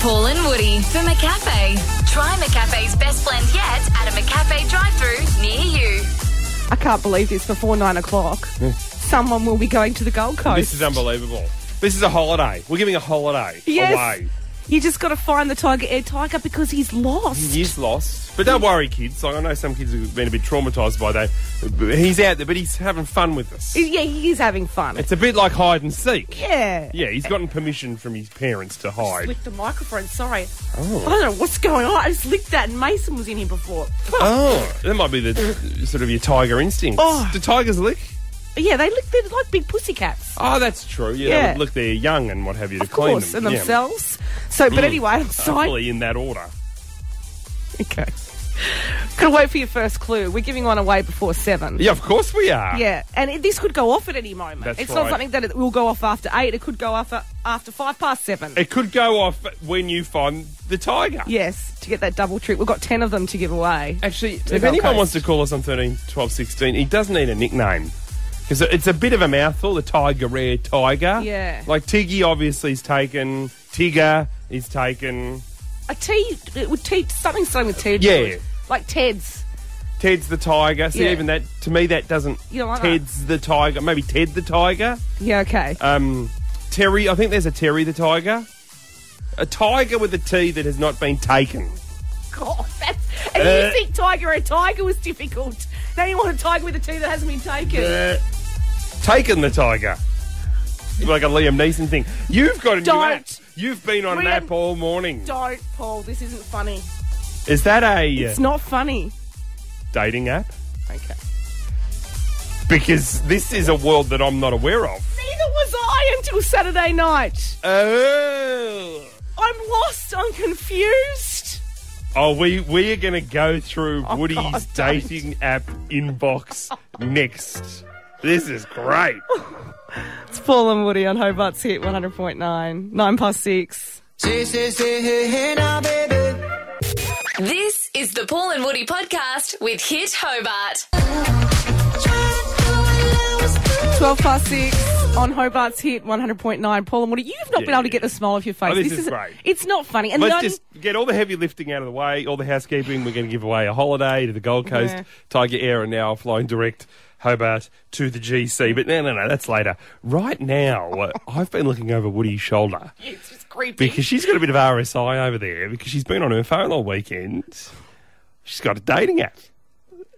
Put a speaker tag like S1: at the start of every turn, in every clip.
S1: Paul and Woody for McCafe. Try McCafe's best blend yet at a McCafe drive-through near you.
S2: I can't believe this before nine o'clock. Someone will be going to the Gold Coast.
S3: This is unbelievable. This is a holiday. We're giving a holiday
S2: yes.
S3: away.
S2: You just got to find the Tiger Air Tiger because he's lost.
S3: He is lost. But don't worry, kids. Like, I know some kids have been a bit traumatised by that. But he's out there, but he's having fun with us.
S2: Yeah, he is having fun.
S3: It's a bit like hide and seek.
S2: yeah.
S3: Yeah, he's gotten permission from his parents to hide.
S2: Licked the microphone, sorry. I don't know what's going on. I just licked that and Mason was in here before.
S3: Oh, that might be the sort of your tiger instinct.
S2: Oh.
S3: Do tigers lick?
S2: Yeah, they look they're like big pussycats.
S3: Oh, that's true. Yeah,
S2: Yeah.
S3: they would look they're young and what have you to
S2: Of
S3: clean
S2: course,
S3: them.
S2: and
S3: Yeah. Mm.
S2: themselves. So, but anyway, I'm sorry.
S3: Hopefully in that order.
S2: Okay. Gotta wait for your first clue. We're giving one away before seven.
S3: Yeah, of course we are.
S2: Yeah, and it, this could go off at any moment.
S3: That's
S2: it's
S3: right.
S2: not something that it will go off after eight. It could go off a- after five past seven.
S3: It could go off when you find the tiger.
S2: yes, to get that double trip. We've got ten of them to give away.
S3: Actually,
S2: the
S3: if
S2: Gold
S3: anyone
S2: Coast.
S3: wants to call us on 13 12 16, he does need a nickname. Because it's a bit of a mouthful, the Tiger Rare Tiger.
S2: Yeah.
S3: Like Tiggy obviously is taken, Tigger is taken,
S2: A T, it would T something starting with T.
S3: Yeah.
S2: would- like Ted's.
S3: Ted's the Tiger. See,
S2: Yeah.
S3: even that, to me, that doesn't.
S2: You don't like that.
S3: Ted's the Tiger. Maybe Ted the Tiger.
S2: Yeah, okay.
S3: Um, Terry, I think there's a Terry the Tiger. A tiger with a T that has not been taken.
S2: God, that's. And
S3: Uh.
S2: you think Tiger a Tiger was difficult? Now you want a Tiger with a T that hasn't been taken.
S3: Uh, Taken the tiger. Like a Liam Neeson thing. You've got a new
S2: Don't.
S3: app. You've been on an
S2: Liam,
S3: app all morning.
S2: Don't, Paul. This isn't funny.
S3: Is that a uh,
S2: It's not funny.
S3: dating app?
S2: Okay.
S3: Because this is a world that I'm not aware of.
S2: Neither was I until Saturday night.
S3: Oh.
S2: I'm lost. I'm confused.
S3: Oh, we we are going to go through
S2: Oh,
S3: Woody's
S2: God, don't.
S3: dating app inbox next. This is great.
S2: It's Paul and Woody on Hobart's Hit 100.9. Nine past six.
S4: Say, say, say, hey, hey, now, baby.
S1: This is the Paul and Woody podcast with Hit Hobart.
S2: 12 past six on Hobart's Hit 100.9. Paul and Woody, you've not
S3: Yeah,
S2: been able to
S3: yeah,
S2: get
S3: yeah.
S2: the smile off your face.
S3: Oh, this is great.
S2: It's not funny. And
S3: Let's
S2: none-
S3: just get all the heavy lifting out of the way, all the housekeeping. We're going to give away a holiday to the Gold Coast.
S2: Yeah.
S3: Tiger Air are now flying direct Hobart to the GC. But no, no, no, that's later. Right now, uh, I've been looking over Woody's shoulder
S2: it's just creepy.
S3: because she's got a bit of RSI over there because she's been on her phone all weekend. She's got a dating app.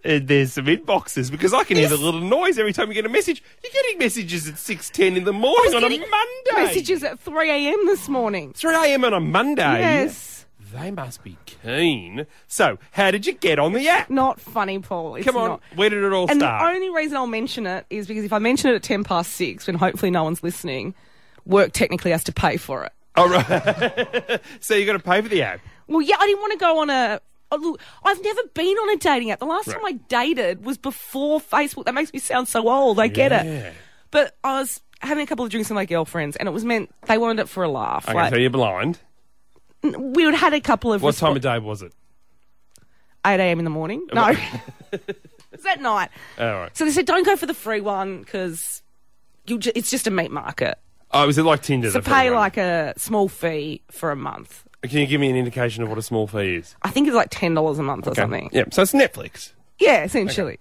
S3: Uh, there's some inboxes because I can hear the little noise every time you get a message. You're getting messages at six ten in the morning on a
S2: getting
S3: Monday.
S2: Messages at 3 a.m. this morning.
S3: three a.m. on a Monday.
S2: Yes.
S3: They must be keen. So, how did you get on the app?
S2: Not funny, Paul. It's
S3: Come on,
S2: not.
S3: where did it all
S2: And the
S3: start?
S2: only reason I'll mention it is because if I mention it at 10 past 6, when hopefully no one's listening, work technically has to pay for it.
S3: All right. so you got to pay for the app.
S2: Well, yeah, I didn't want to go on a. Oh, look, I've never been on a dating app. The last time I
S3: Right.
S2: dated was before Facebook. That makes me sound so old. I get it. But I was having a couple of drinks with my girlfriends, and it was meant they wanted it for a laugh.
S3: Okay,
S2: like,
S3: so you're blind.
S2: we would had a couple of.
S3: What time of day was it?
S2: 8 a.m. in the morning. No. it was at night.
S3: All right.
S2: So they said, don't go for the free one because ju- it's just a meat market.
S3: Oh, was it like Tinder?
S2: So pay like a small fee for a month.
S3: Can you give me an indication of what a small fee is?
S2: I think it's like $10 a month or something.
S3: Yeah. So it's Netflix.
S2: Yeah, essentially.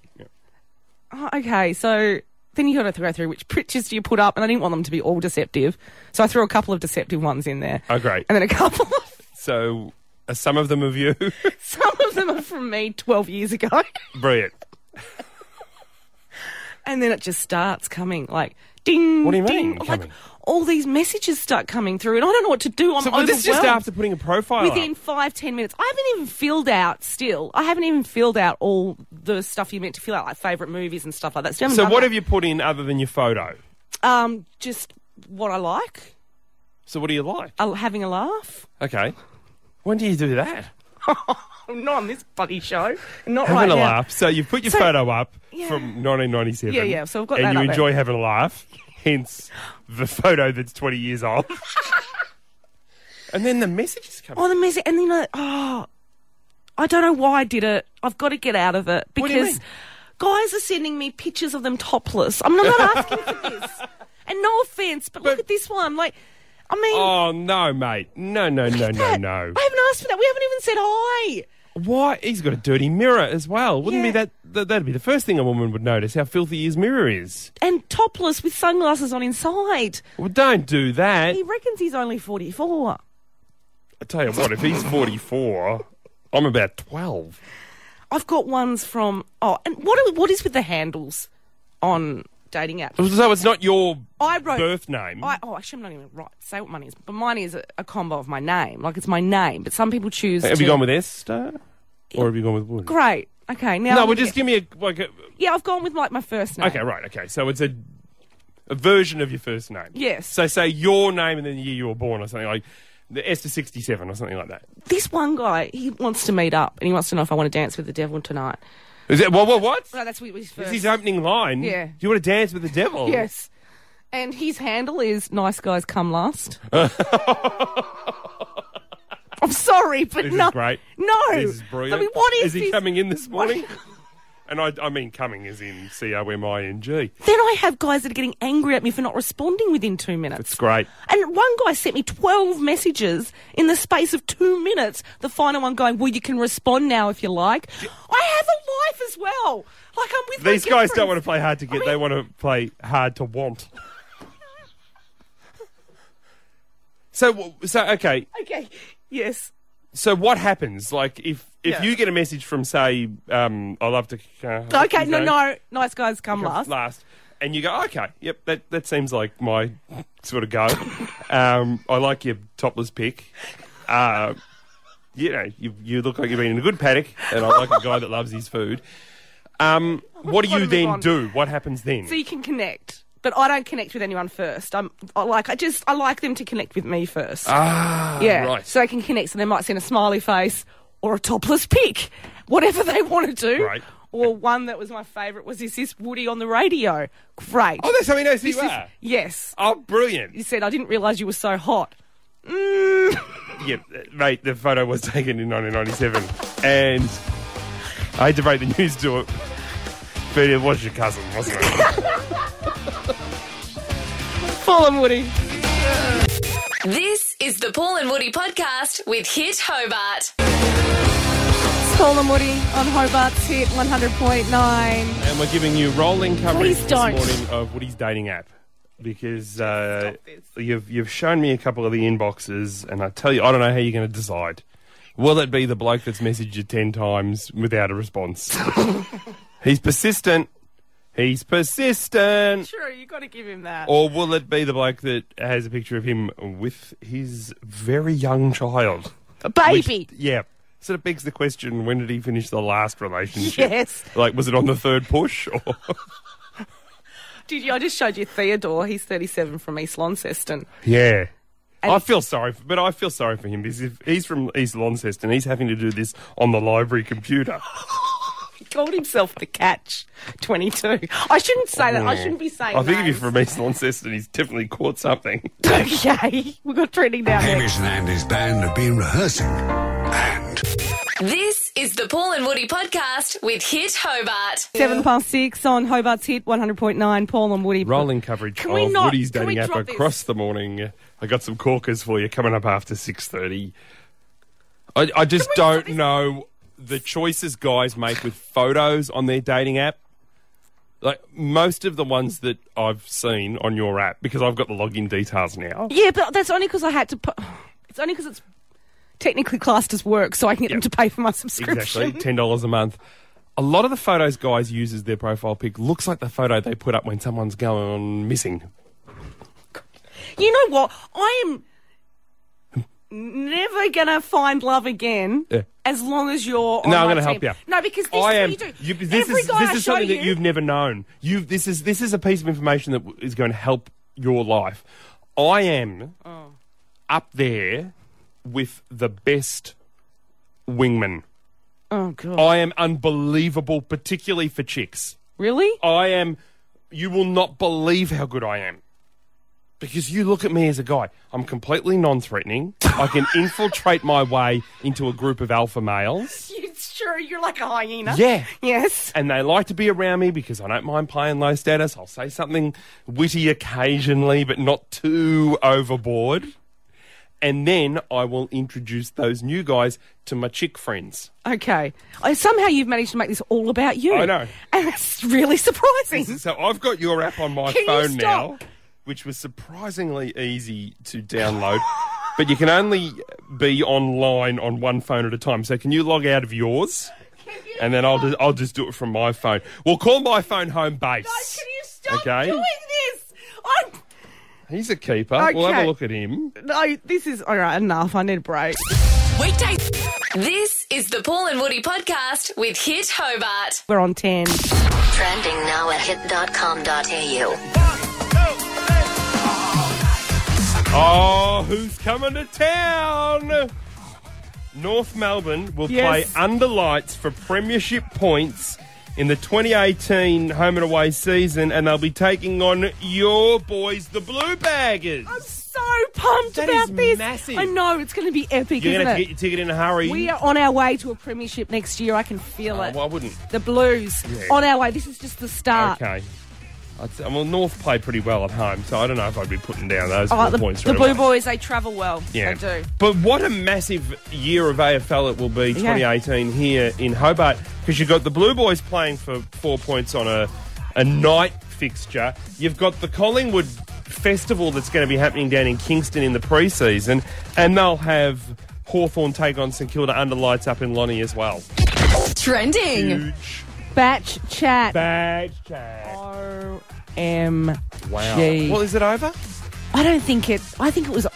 S2: Oh, okay, so then you got to go through which pictures do you put up, and I didn't want them to be all deceptive, so I threw a couple of deceptive ones in there.
S3: Oh, great.
S2: And then a couple of
S3: So are some of them of you?
S2: some of them are from me twelve years ago,
S3: Brilliant.
S2: and then it just starts coming like ding.
S3: What do you
S2: ding,
S3: mean,
S2: Like
S3: coming?
S2: all these messages start coming through, and I don't know what to do. I'm
S3: So was this just
S2: overwhelmed.
S3: after putting a profile
S2: Within
S3: up?
S2: five, ten minutes. I haven't even filled out still. I haven't even filled out all the stuff you meant to fill out, like favourite movies and stuff like that. Still haven't
S3: So
S2: done
S3: what
S2: that.
S3: have you put in other than your photo?
S2: Um, just what I like,
S3: So what do you like?
S2: uh, having a laugh.
S3: Okay. When do you do that?
S2: Oh, Not on this bloody show. Not right
S3: having a
S2: now.
S3: laugh. So you put your
S2: So-
S3: photo up
S2: Yeah.
S3: from 1997.
S2: Yeah, yeah, so I've got
S3: and
S2: that
S3: you
S2: up there.
S3: enjoy having a laugh. Hence the photo that's 20 years old. and then the messages come.
S2: Oh, the music, and then I, oh, I don't know why I did it. I've got to get out of it
S3: do you
S2: because
S3: mean?
S2: guys are sending me pictures of them topless. I'm not asking for this. And no offense, but, look
S3: But-
S2: at this one. Like, I mean,
S3: Oh no, mate! No, no, no, no,
S2: that-
S3: no!
S2: I haven't asked for that. We haven't even said hi.
S3: Why? He's got a dirty mirror as well. Wouldn't
S2: Yeah.
S3: be that, that? That'd be the first thing a woman would notice how filthy his mirror is.
S2: And topless with sunglasses on inside.
S3: Well, don't do that.
S2: He reckons he's only 44.
S3: I tell you what, if he's forty-four, I'm about twelve.
S2: I've got ones from. Oh, and what, are, what is with the handles on dating apps?
S3: So it's not your
S2: I wrote-
S3: birth name.
S2: I, oh, actually, I'm not even right. Say what mine is, but mine is a, a combo of my name. Like it's my name, but some people choose.
S3: have
S2: to,
S3: you gone with Esther, or have you gone with Wood?
S2: Great. Okay. Now.
S3: No, well,
S2: I'm gonna
S3: just give
S2: get-
S3: me a like. A,
S2: Yeah, I've gone with like my first name.
S3: okay, right. Okay, so it's a. A version of your first name.
S2: Yes.
S3: So say your name and then the year you were born or something like the Esther 67 or something like that.
S2: This one guy, he wants to meet up, and he wants to know if I want to dance with the devil tonight.
S3: Is it, what, what, what?
S2: No, that's what his
S3: It's
S2: first.
S3: his opening line.
S2: Yeah.
S3: Do you want to dance with the devil?
S2: yes. And his handle is "Nice guys come last." I'm sorry, but
S3: This
S2: no,
S3: is great.
S2: no.
S3: This is brilliant.
S2: I mean, what is,
S3: Is he
S2: this?
S3: coming in this morning? and I, I mean coming as in C O M I N G.
S2: Then I have guys that are getting angry at me for not responding within two minutes.
S3: It's great.
S2: And one guy sent me 12 messages in the space of two minutes. The final one going, Well, you can respond now if you like. I have a life as well. Like, I'm with my
S3: These guys don't
S2: girlfriends.
S3: want to play hard to get,
S2: mean-
S3: they want to play hard to want. so, w- so okay.
S2: Okay. Yes.
S3: So what happens? Like if if
S2: Yeah.
S3: you get a message from say, um, I love to. Uh,
S2: Okay, no,
S3: you know,
S2: no. Nice guys come last.
S3: last. And you go, okay, yep, that, that seems like my sort of go. um, I like your topless pick. Uh, you know, you, you look like you've been in a good paddock, and I like a guy that loves his food. Um, what do
S2: Gotta
S3: you
S2: move
S3: then
S2: on.
S3: do? What happens then?
S2: So you can connect. But I don't connect with anyone first. I'm I like I just I like them to connect with me first.
S3: ah,
S2: yeah.
S3: right.
S2: So they can connect. So they might send a smiley face or a topless pic, whatever they want to do.
S3: Right.
S2: Or one that was my favourite was is this Woody on the radio? Great.
S3: oh, that's how he knows who you
S2: This is-
S3: are.
S2: yes.
S3: Oh, brilliant.
S2: You said I didn't realise you were so hot.
S3: Yep, mate, the photo was taken in 1997. And I had to break the news to it, but it was your cousin, wasn't it?
S2: Full on Woody.
S1: This is the Paul and Woody podcast with Hit Hobart.
S2: It's Paul and Woody on Hobart's hit 100.9.
S3: And we're giving you rolling coverage
S2: Please
S3: this
S2: don't.
S3: morning of Woody's dating app because uh,
S2: Stop this.
S3: you've you've shown me a couple of the inboxes, and I tell you, I don't know how you're going to decide. Will it be the bloke that's messaged you ten times without a response? he's persistent. He's persistent.
S2: True, you got to give him that.
S3: Or will it be the bloke that has a picture of him with his very young child?
S2: A baby.
S3: Yeah. Sort of begs the question: When did he finish the last relationship?
S2: Yes.
S3: Like, was it on the third push? Or
S2: Did you? I just showed you Theodore. He's 37 from East Launceston.
S3: Yeah.
S2: And-
S3: I feel sorry, for, but I feel sorry for him because if he's from East Launceston, he's having to do this on the library computer.
S2: He called himself the Catch 22. I shouldn't say that. I shouldn't be saying
S3: Oh. I think if
S2: names.
S3: he's from East Launceston, he's definitely caught something.
S2: Okay, we've got trending down there.
S5: Hamish and Andy's band have been rehearsing, and
S1: This is the Paul and Woody podcast with Hit Hobart.
S2: Seven past six on Hobart's hit 100.9. Paul and Woody.
S3: Rolling coverage
S2: Can we
S3: of
S2: not-
S3: Woody's
S2: can we
S3: dating app
S2: drop this?
S3: across the morning. I got some corkers for you coming up after six thirty. I, I just don't know the choices guys make with photos on their dating app. Like most of the ones that I've seen on your app, because I've got the login details now.
S2: Yeah, but that's only because I had to put. It's only because it's technically classed as work, so I can get them to pay for my subscription.
S3: Exactly, ten dollars a month. A lot of the photos guys use as their profile pic looks like the photo they put up when someone's going missing.
S2: You know what? I am never gonna find love again.
S3: Yeah.
S2: As long as you're on
S3: No, I'm
S2: my
S3: gonna help
S2: team.
S3: you.
S2: No, because this
S3: I
S2: is
S3: am.
S2: what you do.
S3: you- this
S2: Every
S3: is
S2: guy
S3: this
S2: I
S3: is
S2: show
S3: something
S2: you-
S3: that you've never known. You this is this is a piece of information that w- is going to help your life. I am
S2: Oh.
S3: up there with the best wingman.
S2: Oh god,
S3: I am unbelievable, particularly for chicks.
S2: really?
S3: I am. You will not believe how good I am. Because you look at me as a guy. I'm completely non threatening. I can infiltrate my way into a group of alpha males.
S2: You sure, you're like a hyena.
S3: Yeah.
S2: Yes.
S3: and they like to be around me because I don't mind playing low status. I'll say something witty occasionally, but not too overboard. And then I will introduce those new guys to my chick friends.
S2: Okay. I, somehow you've managed to make this all about you.
S3: I know.
S2: And it's really surprising.
S3: So I've got your app on my
S2: Can you
S3: phone now,
S2: stop?
S3: which was surprisingly easy to download. but you can only be online on one phone at a time. So can you log out of yours? And then I'll just, I'll just do it from my phone. We'll call my phone home base.
S2: Can you stop
S3: Okay.
S2: doing this? I'm.
S3: He's a keeper. We'll have
S2: Okay.
S3: a look at him.
S2: No, this is. All right, enough. I need a break.
S1: Weekday. This is the Paul and Woody podcast with Hit Hobart.
S2: We're on 10.
S6: Trending now at hit.com.au.
S3: Oh, who's coming to town? North Melbourne will
S2: Yes.
S3: play under lights for premiership points in the 2018 home and away season, and they'll be taking on your boys, the Blue Baggers.
S2: So pumped
S3: That
S2: about
S3: is
S2: this.
S3: massive.
S2: I know. It's going to be epic,
S3: You're going
S2: isn't
S3: to have to
S2: it?
S3: get your ticket in a hurry.
S2: we are on our way to a premiership next year. I can feel
S3: Oh,
S2: it.
S3: well, I wouldn't.
S2: the Blues on our way. This is just the start.
S3: Okay. I'd say, well, North play pretty well at home, so I don't know if I'd be putting down those
S2: Oh,
S3: four
S2: the,
S3: points.
S2: the
S3: right
S2: Blue
S3: away.
S2: Boys, they travel well. They do.
S3: But what a massive year of AFL it will be 2018 here in Hobart because you've got the Blue Boys playing for four points on a, a night fixture. You've got the Collingwood Festival that's going to be happening down in Kingston in the pre-season and they'll have Hawthorn take on St Kilda under lights up in Lonnie as well.
S1: Trending.
S3: Huge
S2: Batch chat.
S3: badge check.
S2: Oh, OMG.
S3: Wow. Well, is it over?
S2: I don't think it. I think it was.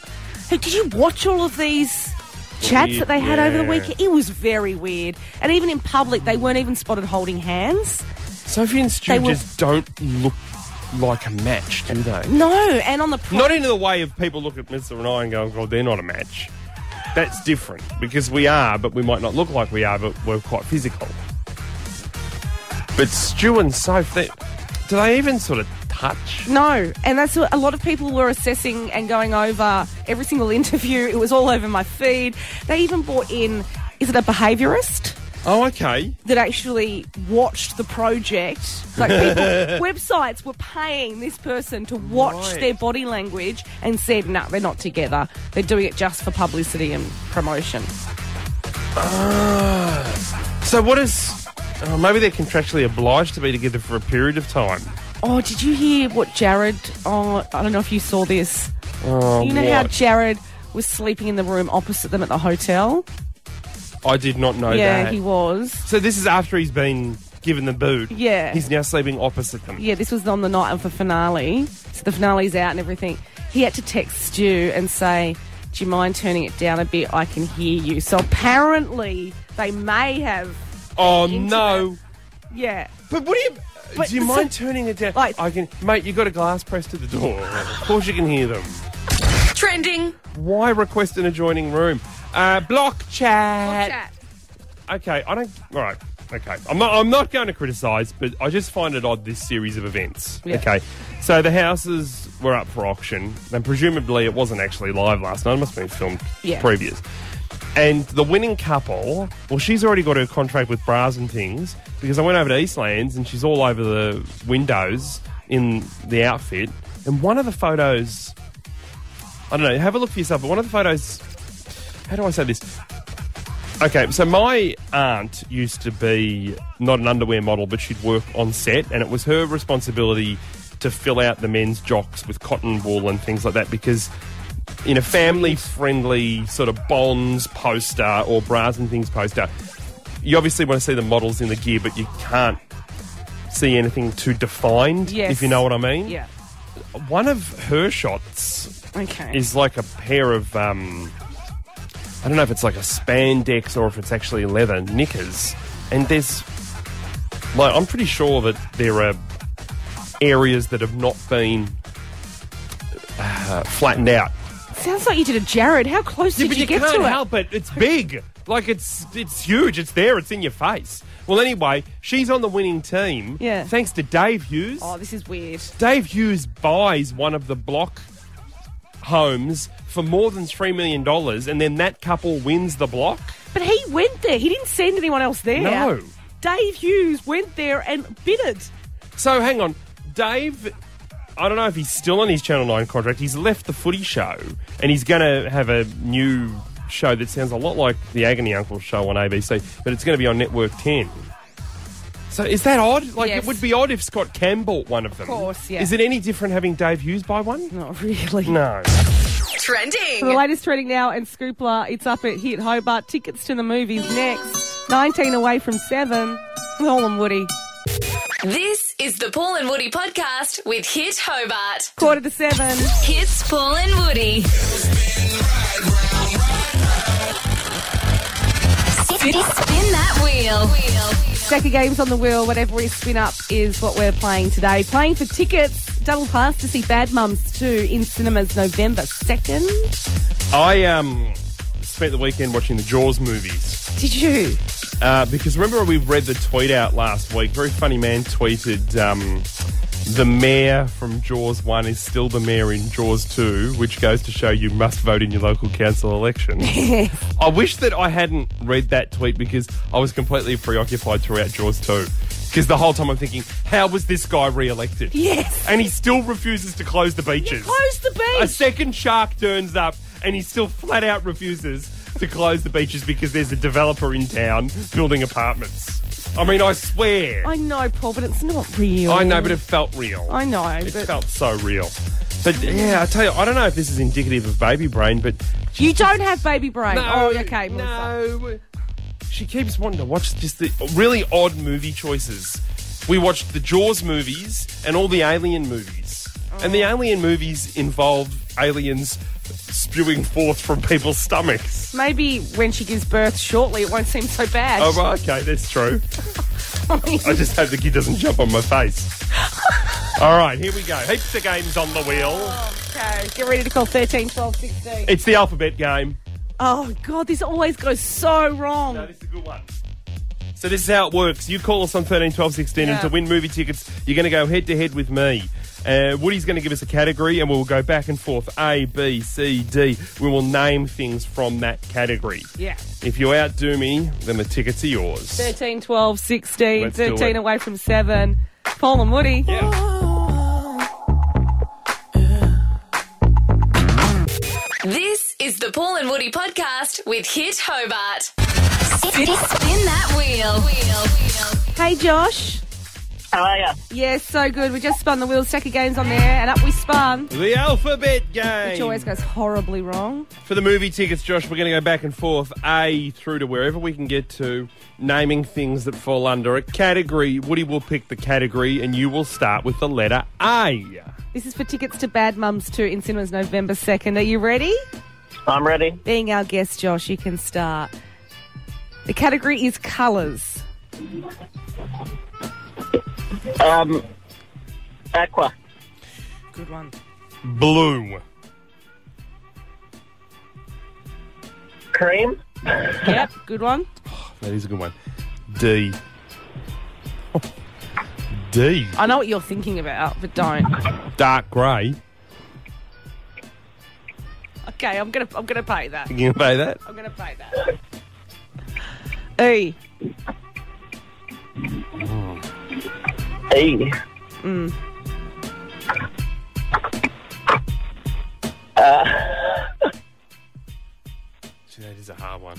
S2: Hey, did you watch all of these chats
S3: Weird,
S2: that they had over the
S3: yeah.
S2: weekend? It was very weird. And even in public, they weren't even spotted holding hands.
S3: Sophie and Stu
S2: They were-
S3: just don't look like a match, do they?
S2: No, and on the pro-
S3: Not into the way of people look at Mr. and I and go, God, they're not a match. That's different because we are, but we might not look like we are, but we're quite physical. But Stu and Soph, they, do they even sort of touch?
S2: No, and that's what a lot of people were assessing and going over every single interview. It was all over my feed. They even brought in, is it a behaviourist?
S3: Oh, okay.
S2: that actually watched the project. Like people, websites were paying this person to watch
S3: Right.
S2: their body language and said, "No, they're not together. They're doing it just for publicity and promotion."
S3: So what is? Oh, maybe they're contractually obliged to be together for a period of time.
S2: Oh, did you hear what Jared? Oh, I don't know if you saw this.
S3: Oh,
S2: You know how
S3: what?
S2: Jared was sleeping in the room opposite them at the hotel?
S3: I did not know
S2: yeah,
S3: Oh, that.
S2: he was.
S3: so this is after he's been given the boot.
S2: Yeah.
S3: He's now sleeping opposite them.
S2: Yeah, this was on the night of the finale. So the finale's out and everything. He had to text Stu and say, Do you mind turning it down a bit? I can hear you. So apparently they may have.
S3: Oh
S2: Intimate.
S3: no.
S2: Yeah.
S3: But what do you?
S2: But
S3: do you
S2: so-
S3: mind turning it down?
S2: Like-
S3: I can, mate. You got a glass pressed to the door. of course you can hear them.
S1: Trending.
S3: Why request an adjoining room? Uh, block chat.
S2: Chat.
S3: Okay, I don't. All right. Okay, I'm not. I'm not going to criticise, but I just find it odd this series of events.
S2: Yeah.
S3: Okay, so the houses were up for auction, and presumably it wasn't actually live last night. It must have been filmed
S2: Yeah.
S3: previous. And the winning couple, well, she's already got her contract with bras and things because I went over to Eastlands and she's all over the windows in the outfit. And one of the photos, I don't know, have a look for yourself, but one of the photos, how do I say this? Okay, so my aunt used to be not an underwear model, but she'd work on set, and it was her responsibility to fill out the men's jocks with cotton wool and things like that because in a family friendly sort of bonds poster or bras and things poster. You obviously want to see the models in the gear, but you can't see anything too defined,
S2: Yes.
S3: if you know what I mean.
S2: Yeah.
S3: One of her shots
S2: Okay.
S3: is like a pair of, um, I don't know if it's like a spandex or if it's actually leather knickers. And there's, like, I'm pretty sure that there are areas that have not been uh, flattened out.
S2: Sounds like you did a Jared. How close
S3: Yeah,
S2: did
S3: but
S2: you,
S3: you,
S2: get
S3: can't
S2: to it?
S3: help it. It's big. Like it's it's huge. It's there. It's in your face. Well, anyway, she's on the winning team.
S2: Yeah.
S3: Thanks to Dave Hughes.
S2: Oh, this is weird.
S3: Dave Hughes buys one of the block homes for more than three million dollars, and then that couple wins the block.
S2: But he went there. He didn't send anyone else there.
S3: No.
S2: Dave Hughes went there and bidded.
S3: So hang on, Dave. I don't know if he's still on his Channel Nine contract. He's left the Footy Show, and he's going to have a new show that sounds a lot like the Agony Uncle show on ABC, but it's going to be on Network Ten. So is that odd? Like
S2: Yes.
S3: it would be odd if Scott Cam bought one of them. Of
S2: course, yeah.
S3: Is it any different having Dave Hughes buy one?
S2: Not really.
S3: No.
S2: The
S1: Trending.
S2: latest trending now and Scoopla. It's up at Hit Hobart. Tickets to the movies next. 19 away from 7. Paul and Woody.
S1: This is the Paul and Woody podcast with Hit Hobart.
S2: Quarter to 7.
S1: Hits Paul and Woody. Spin that wheel.
S2: Stack of games on the wheel. Whatever we spin up is what we're playing today. Playing for tickets. Double pass to see Bad Mums 2 in cinemas November 2nd.
S3: I um spent the weekend watching the Jaws movies.
S2: Did you?
S3: Uh, because remember we read the tweet out last week. Very funny man tweeted um, the mayor from Jaws One is still the mayor in Jaws Two, which goes to show you must vote in your local council election. I wish that I hadn't read that tweet because I was completely preoccupied throughout Jaws Two. Because the whole time I'm thinking, how was this guy re-elected?
S2: Yes.
S3: And he still refuses to close the beaches.
S2: Close the
S3: A
S2: beach.
S3: second shark turns up and he still flat out refuses to close the beaches because there's a developer in town building apartments. I mean, I swear.
S2: I know, Paul, but it's not real.
S3: I know, but it felt real.
S2: I know,
S3: It
S2: but
S3: felt so real. But yeah, I tell you, I don't know if this is indicative of baby brain, but
S2: you don't have baby brain.
S3: no,
S2: oh, okay, Melissa.
S3: no. She keeps wanting to watch just the really odd movie choices. We watched the Jaws movies and all the Alien movies,
S2: Oh,
S3: and the Alien movies involved aliens spewing forth from people's stomachs.
S2: Maybe when she gives birth shortly, it won't seem so bad.
S3: Oh, right, okay, that's true.
S2: I mean,
S3: I just hope the kid doesn't jump on my face. All right, here we go. Heaps of games on the wheel.
S2: okay, get ready to call 13, 12, 16.
S3: It's the alphabet game.
S2: Oh, God, this always goes so wrong.
S3: No, this is a good one. So this is how it works. You call us on 13, 12, 16, and
S2: Yeah.
S3: to win movie tickets, you're going to go head to head with me. Uh, Woody's going to give us a category, and we'll go back and forth A, B, C, D. We will name things from that category.
S2: Yeah.
S3: If you outdo me, then the tickets are yours.
S2: 13, 12, 16,
S3: Let's do
S2: 13
S3: it.
S2: away from 7. Paul and Woody.
S3: Yeah.
S1: This is the Paul and Woody podcast with Hit Hobart. Spin, spin that wheel.
S2: Hey, Josh.
S7: How are ya?
S2: Yes, so good. We just spun the wheel, stack of games on there, and up we spun.
S3: The alphabet
S2: Which
S3: game.
S2: always goes horribly wrong.
S3: For the movie tickets, Josh, we're going to go back and forth A through to wherever we can get to, naming things that fall under a category. Woody will pick the category, and you will start with the letter A.
S2: This is for tickets to Bad Mums 2 in cinemas November 2nd. Are you ready?
S7: I'm ready.
S2: Being our guest, Josh, you can start. The category is colours.
S7: Um, Aqua,
S2: Good one.
S3: Blue.
S7: Cream,
S2: Yep, good one.
S3: That is a good one. D. D.
S2: I know what you're thinking about, but don't.
S3: Dark grey.
S2: Okay, I'm gonna I'm gonna pay that.
S3: You can pay that.
S2: I'm gonna pay that. Hey,
S7: E.
S3: Gee, that is a hard one.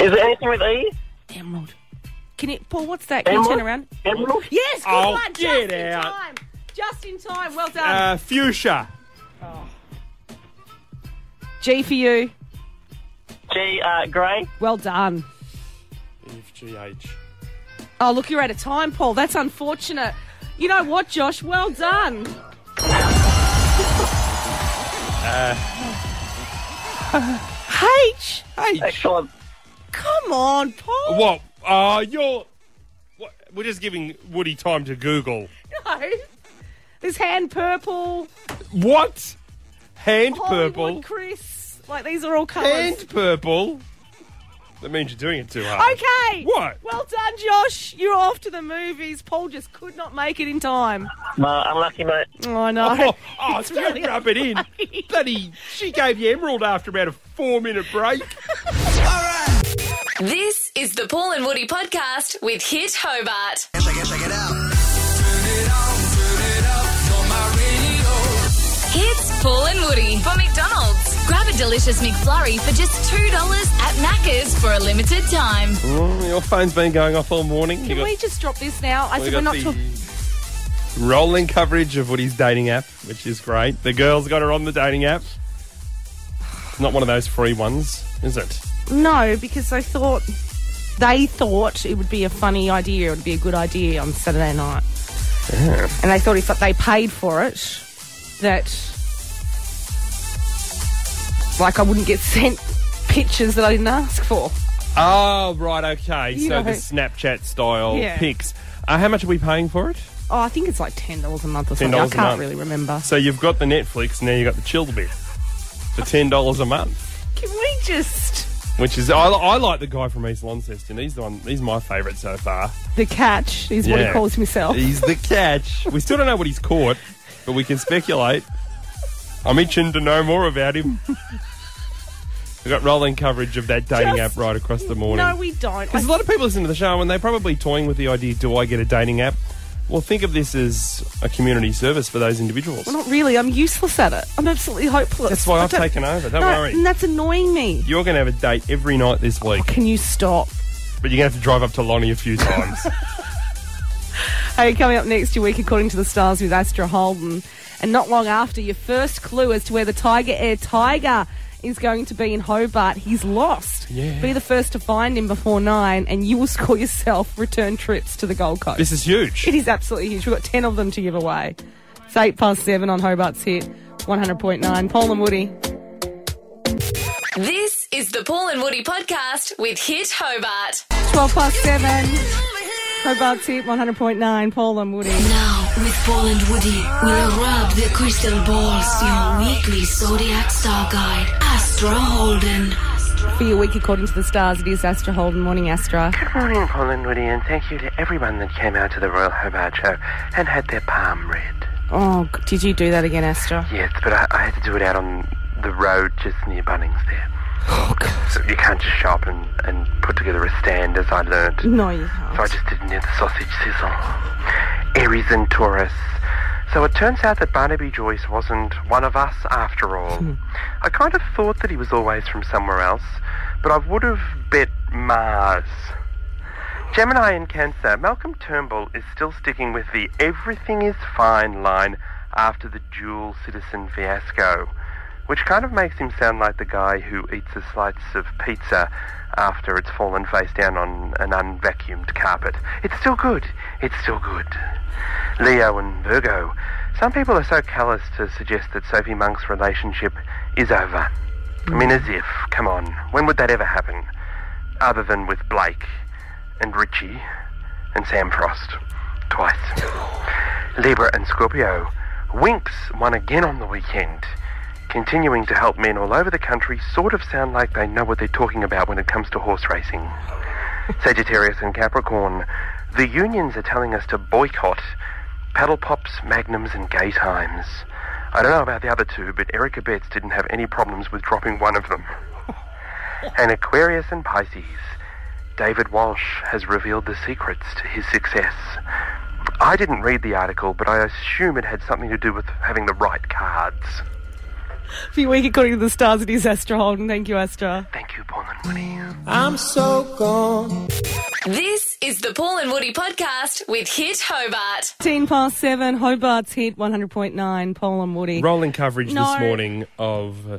S7: Is there anything with E?
S2: Emerald. Can you Paul? What's that? Can you turn around?
S7: Emerald?
S2: Yes, good
S3: Oh,
S2: one.
S3: get
S2: Just in
S3: out.
S2: time. Just in time. Well done.
S3: Uh, fuchsia.
S2: G for you.
S7: G. Uh, Grey.
S2: Well done.
S3: F G H.
S2: Oh, look, you're out of time, Paul. That's unfortunate. You know what, Josh? Well done.
S3: Uh.
S2: H.
S3: H.
S7: Excellent.
S2: Come on, Paul.
S3: What? Uh, you're. What? We're just giving Woody time to Google.
S2: No. There's hand purple,
S3: What? Hand
S2: Hollywood
S3: purple.
S2: Chris. Like these are all colours.
S3: Hand purple. That means you're doing it too hard.
S2: Okay.
S3: What?
S2: Well done, Josh. You're off to the movies. Paul just could not make it in time.
S7: Uh, unlucky, mate.
S2: Oh, no.
S3: Oh, oh it's really rub it in. Bloody, she gave the emerald after about a four minute break.
S1: This is the Paul and Woody podcast with Hit Hobart.
S5: Check it, check it out.
S1: Hits Paul and Woody for McDonald's. Grab a delicious McFlurry for just $2 at Macca's for a limited time.
S3: Mm, your phone's been going off all morning. You
S2: Can
S3: got-
S2: we just drop this now? I
S3: we
S2: said
S3: got
S2: we're not
S3: the
S2: talking.
S3: rolling coverage of Woody's dating app, which is great. The girls got her on the dating app. It's not one of those free ones, is it?
S2: No, because I thought they thought it would be a funny idea. It would be a good idea on Saturday night, and they thought if they paid for it, that like I wouldn't get sent pictures that I didn't ask for.
S3: Oh, right, okay. so
S2: You know.
S3: the Snapchat style
S2: Yeah.
S3: pics. Uh, how much are we paying for it?
S2: Oh, I think it's like ten dollars a month or something. I
S3: $10 a
S2: can't
S3: month.
S2: really remember.
S3: So you've got the Netflix, now you've got the chill bit for $10 a month.
S2: Can we just
S3: Which is, I, I like the guy from East Launceston. He's the one, he's my favourite so far.
S2: the catch is what he
S3: Yeah.
S2: calls himself.
S3: He's the catch. we still don't know what he's caught, but we can speculate. I'm itching to know more about him. We've got rolling coverage of that dating
S2: Just-
S3: app right across the morning.
S2: No, we don't.
S3: Because a lot of people listen to the show and they're probably toying with the idea do I get a dating app? Well, think of this as a community service for those individuals.
S2: Not really. I'm useless at it. I'm absolutely hopeless.
S3: That's why
S2: I
S3: I've
S2: don't-
S3: taken over. Don't
S2: No,
S3: worry.
S2: and that's annoying me.
S3: You're going to have a date every night this week,
S2: Can you stop?
S3: but you're going to have to drive up to Lonnie a few times.
S2: Hey, coming up next your week, according to the stars, with Astra Holden, and not long after, your first clue as to where the Tiger Air Tiger is going to be in Hobart. He's lost.
S3: Yeah.
S2: Be the first to find him before nine, and you will score yourself return trips to the Gold Coast.
S3: this is huge.
S2: It is absolutely huge. We've got 10 of them to give away. It's 8 past 7 on Hobart's hit, 100.9. Paul and Woody.
S1: This is the Paul and Woody podcast with Hit Hobart.
S2: 12 past 7. Hobart's hit, 100.9. Paul and Woody.
S8: Now, with Paul and Woody, we'll rub the crystal balls. Your weekly zodiac star guide, Astra Holden.
S2: For your week, according to the stars, it is Astra Holden. Morning, Astra.
S9: Good morning, Paul and Woody, and thank you to everyone that came out to the Royal Hobart Show and had their palm read.
S2: Oh, g- did you do that again, Astra?
S9: Yes, but I, I had to do it out on the road just near Bunnings there. So you can't just shop and, and put together a stand as I learnt. So
S2: No, you can't.
S9: I just did near the sausage sizzle. Aries and Taurus. So it turns out that Barnaby Joyce wasn't one of us after all. I kind of thought that he was always from somewhere else, but I would have bet Mars. Gemini and Cancer, Malcolm Turnbull is still sticking with the everything is fine line after the dual citizen fiasco, which kind of makes him sound like the guy who eats a slice of pizza after it's fallen face down on an unvacuumed carpet. It's still good. It's still good. Leo and Virgo. Some people are so callous to suggest that Sophie Monk's relationship is over. I mean, as if. Come on. When would that ever happen? Other than with Blake and Richie and Sam Frost. Twice. Libra and Scorpio. Winks won again on the weekend, continuing to help men all over the country sort of sound like they know what they're talking about when it comes to horse racing. Sagittarius and Capricorn. The unions are telling us to boycott paddle pops, magnums, and gay times. I don't know about the other two, but Erica Betts didn't have any problems with dropping one of them. and Aquarius and Pisces. David Walsh has revealed the secrets to his success. I didn't read the article, but I assume it had something to do with having the right cards.
S2: For your week, according to the stars, it is Astra Holden. Thank you, Astra.
S9: Thank you, Paul and Winnie.
S4: I'm so gone.
S1: This is the Paul and Woody podcast with Hit Hobart.
S2: 10 past 7, Hobart's hit, 100.9. Paul and Woody.
S3: Rolling coverage
S2: No.
S3: this morning of uh,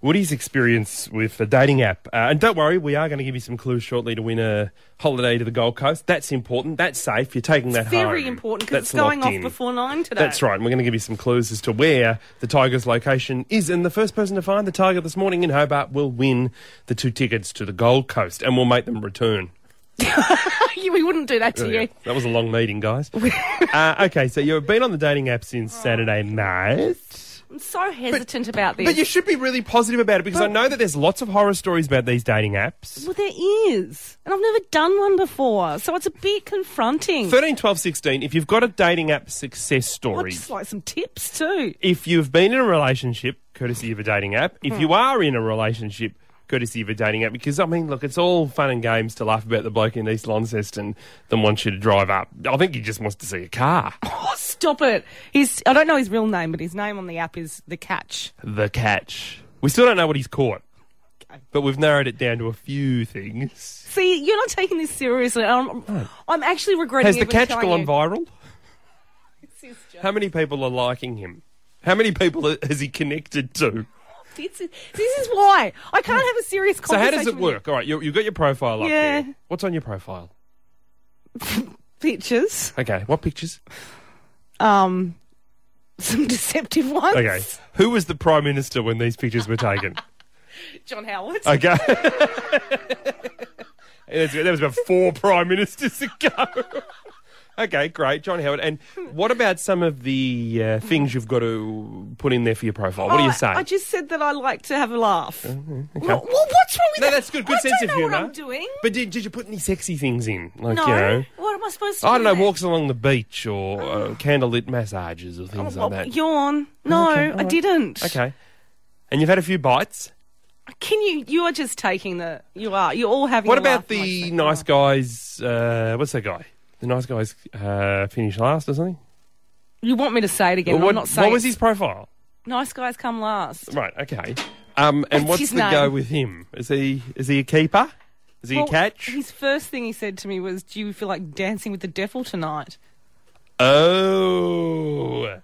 S3: Woody's experience with a dating app. Uh, and don't worry, we are going to give you some clues shortly to win a holiday to the Gold Coast. That's important. That's safe. You're taking that home.
S2: Very important because
S3: That's
S2: it's going
S3: locked
S2: off
S3: in.
S2: before 9 today.
S3: That's right. And we're going to give you some clues as to where the Tiger's location is. And the first person to find the Tiger this morning in Hobart will win the two tickets to the Gold Coast and we'll make them return.
S2: we wouldn't do that to you.
S3: That was a long meeting, guys. uh, okay, so you've been on the dating app since Saturday night.
S2: I'm so hesitant about this.
S3: But you should be really positive about it because I know that there's lots of horror stories about these dating apps.
S2: well, there is, and I've never done one before, so it's a bit confronting.
S3: 13, 12, 16, if you've got a dating app success
S2: I'd
S3: story,
S2: just like some tips too.
S3: if you've been in a relationship, courtesy of a dating app, if you are in a relationship, courtesy of a dating app, because I mean, look, it's all fun and games to laugh about the bloke in East Launceston that wants you to drive up. I think he just wants to see a car.
S2: Oh, stop it! His I don't know his real name, but his name on the app is the catch.
S3: the catch. We still don't know what he's caught, but we've narrowed it down to a few things.
S2: See, you're not taking this seriously. I'm, I'm actually regretting.
S3: Oh. Has the
S2: even
S3: catch
S2: telling
S3: gone
S2: you.
S3: viral? How many people are liking him? How many people are- has he connected to?
S2: This is, this is why I can't have a serious
S3: So how
S2: conversation.
S3: does it
S2: with
S3: work? All right, you, you've got your profile up
S2: Yeah.
S3: there. What's on your profile?
S2: you. Pictures,
S3: Okay, what pictures?
S2: um, some deceptive ones.
S3: Okay, who was the prime minister when these pictures were taken?
S2: John Howard.
S3: Okay. That's- that was about four prime ministers ago. okay, great, John Howard. And what about some of the uh, things you've got to put in there for your profile? What do
S2: Oh,
S3: you
S2: I-
S3: say?
S2: I just said that I like to have a laugh. Well, well, what's wrong with
S3: no,
S2: that?
S3: that's good. Good
S2: I
S3: sense
S2: don't
S3: of
S2: know
S3: humour.
S2: What I'm doing.
S3: But did, did you put any sexy things in? Like,
S2: no.
S3: you know,
S2: What am I supposed to?
S3: I don't know,
S2: do?
S3: walks along the beach or uh, candlelit massages or things
S2: Mm. Oh, Well,
S3: like that.
S2: yawn. No, I didn't.
S3: Okay. And you've had a few bites.
S2: Can you? You are just taking the. You are. You're all having.
S3: What
S2: a
S3: about
S2: laugh at
S3: the
S2: myself.
S3: nice guys? Uh, what's that guy? The nice guys uh, finish last or something?
S2: You want me to say it again?
S3: what,
S2: I'm not saying.
S3: what was
S2: it.
S3: his profile?
S2: Nice guys come last.
S3: Right, okay. Um, and
S2: What's
S3: what's,
S2: his
S3: the go
S2: name?
S3: with him? Is he is he a keeper? Is he
S2: Well,
S3: a catch?
S2: His first thing he said to me was, "Do you feel like dancing with the devil tonight?"
S3: Oh,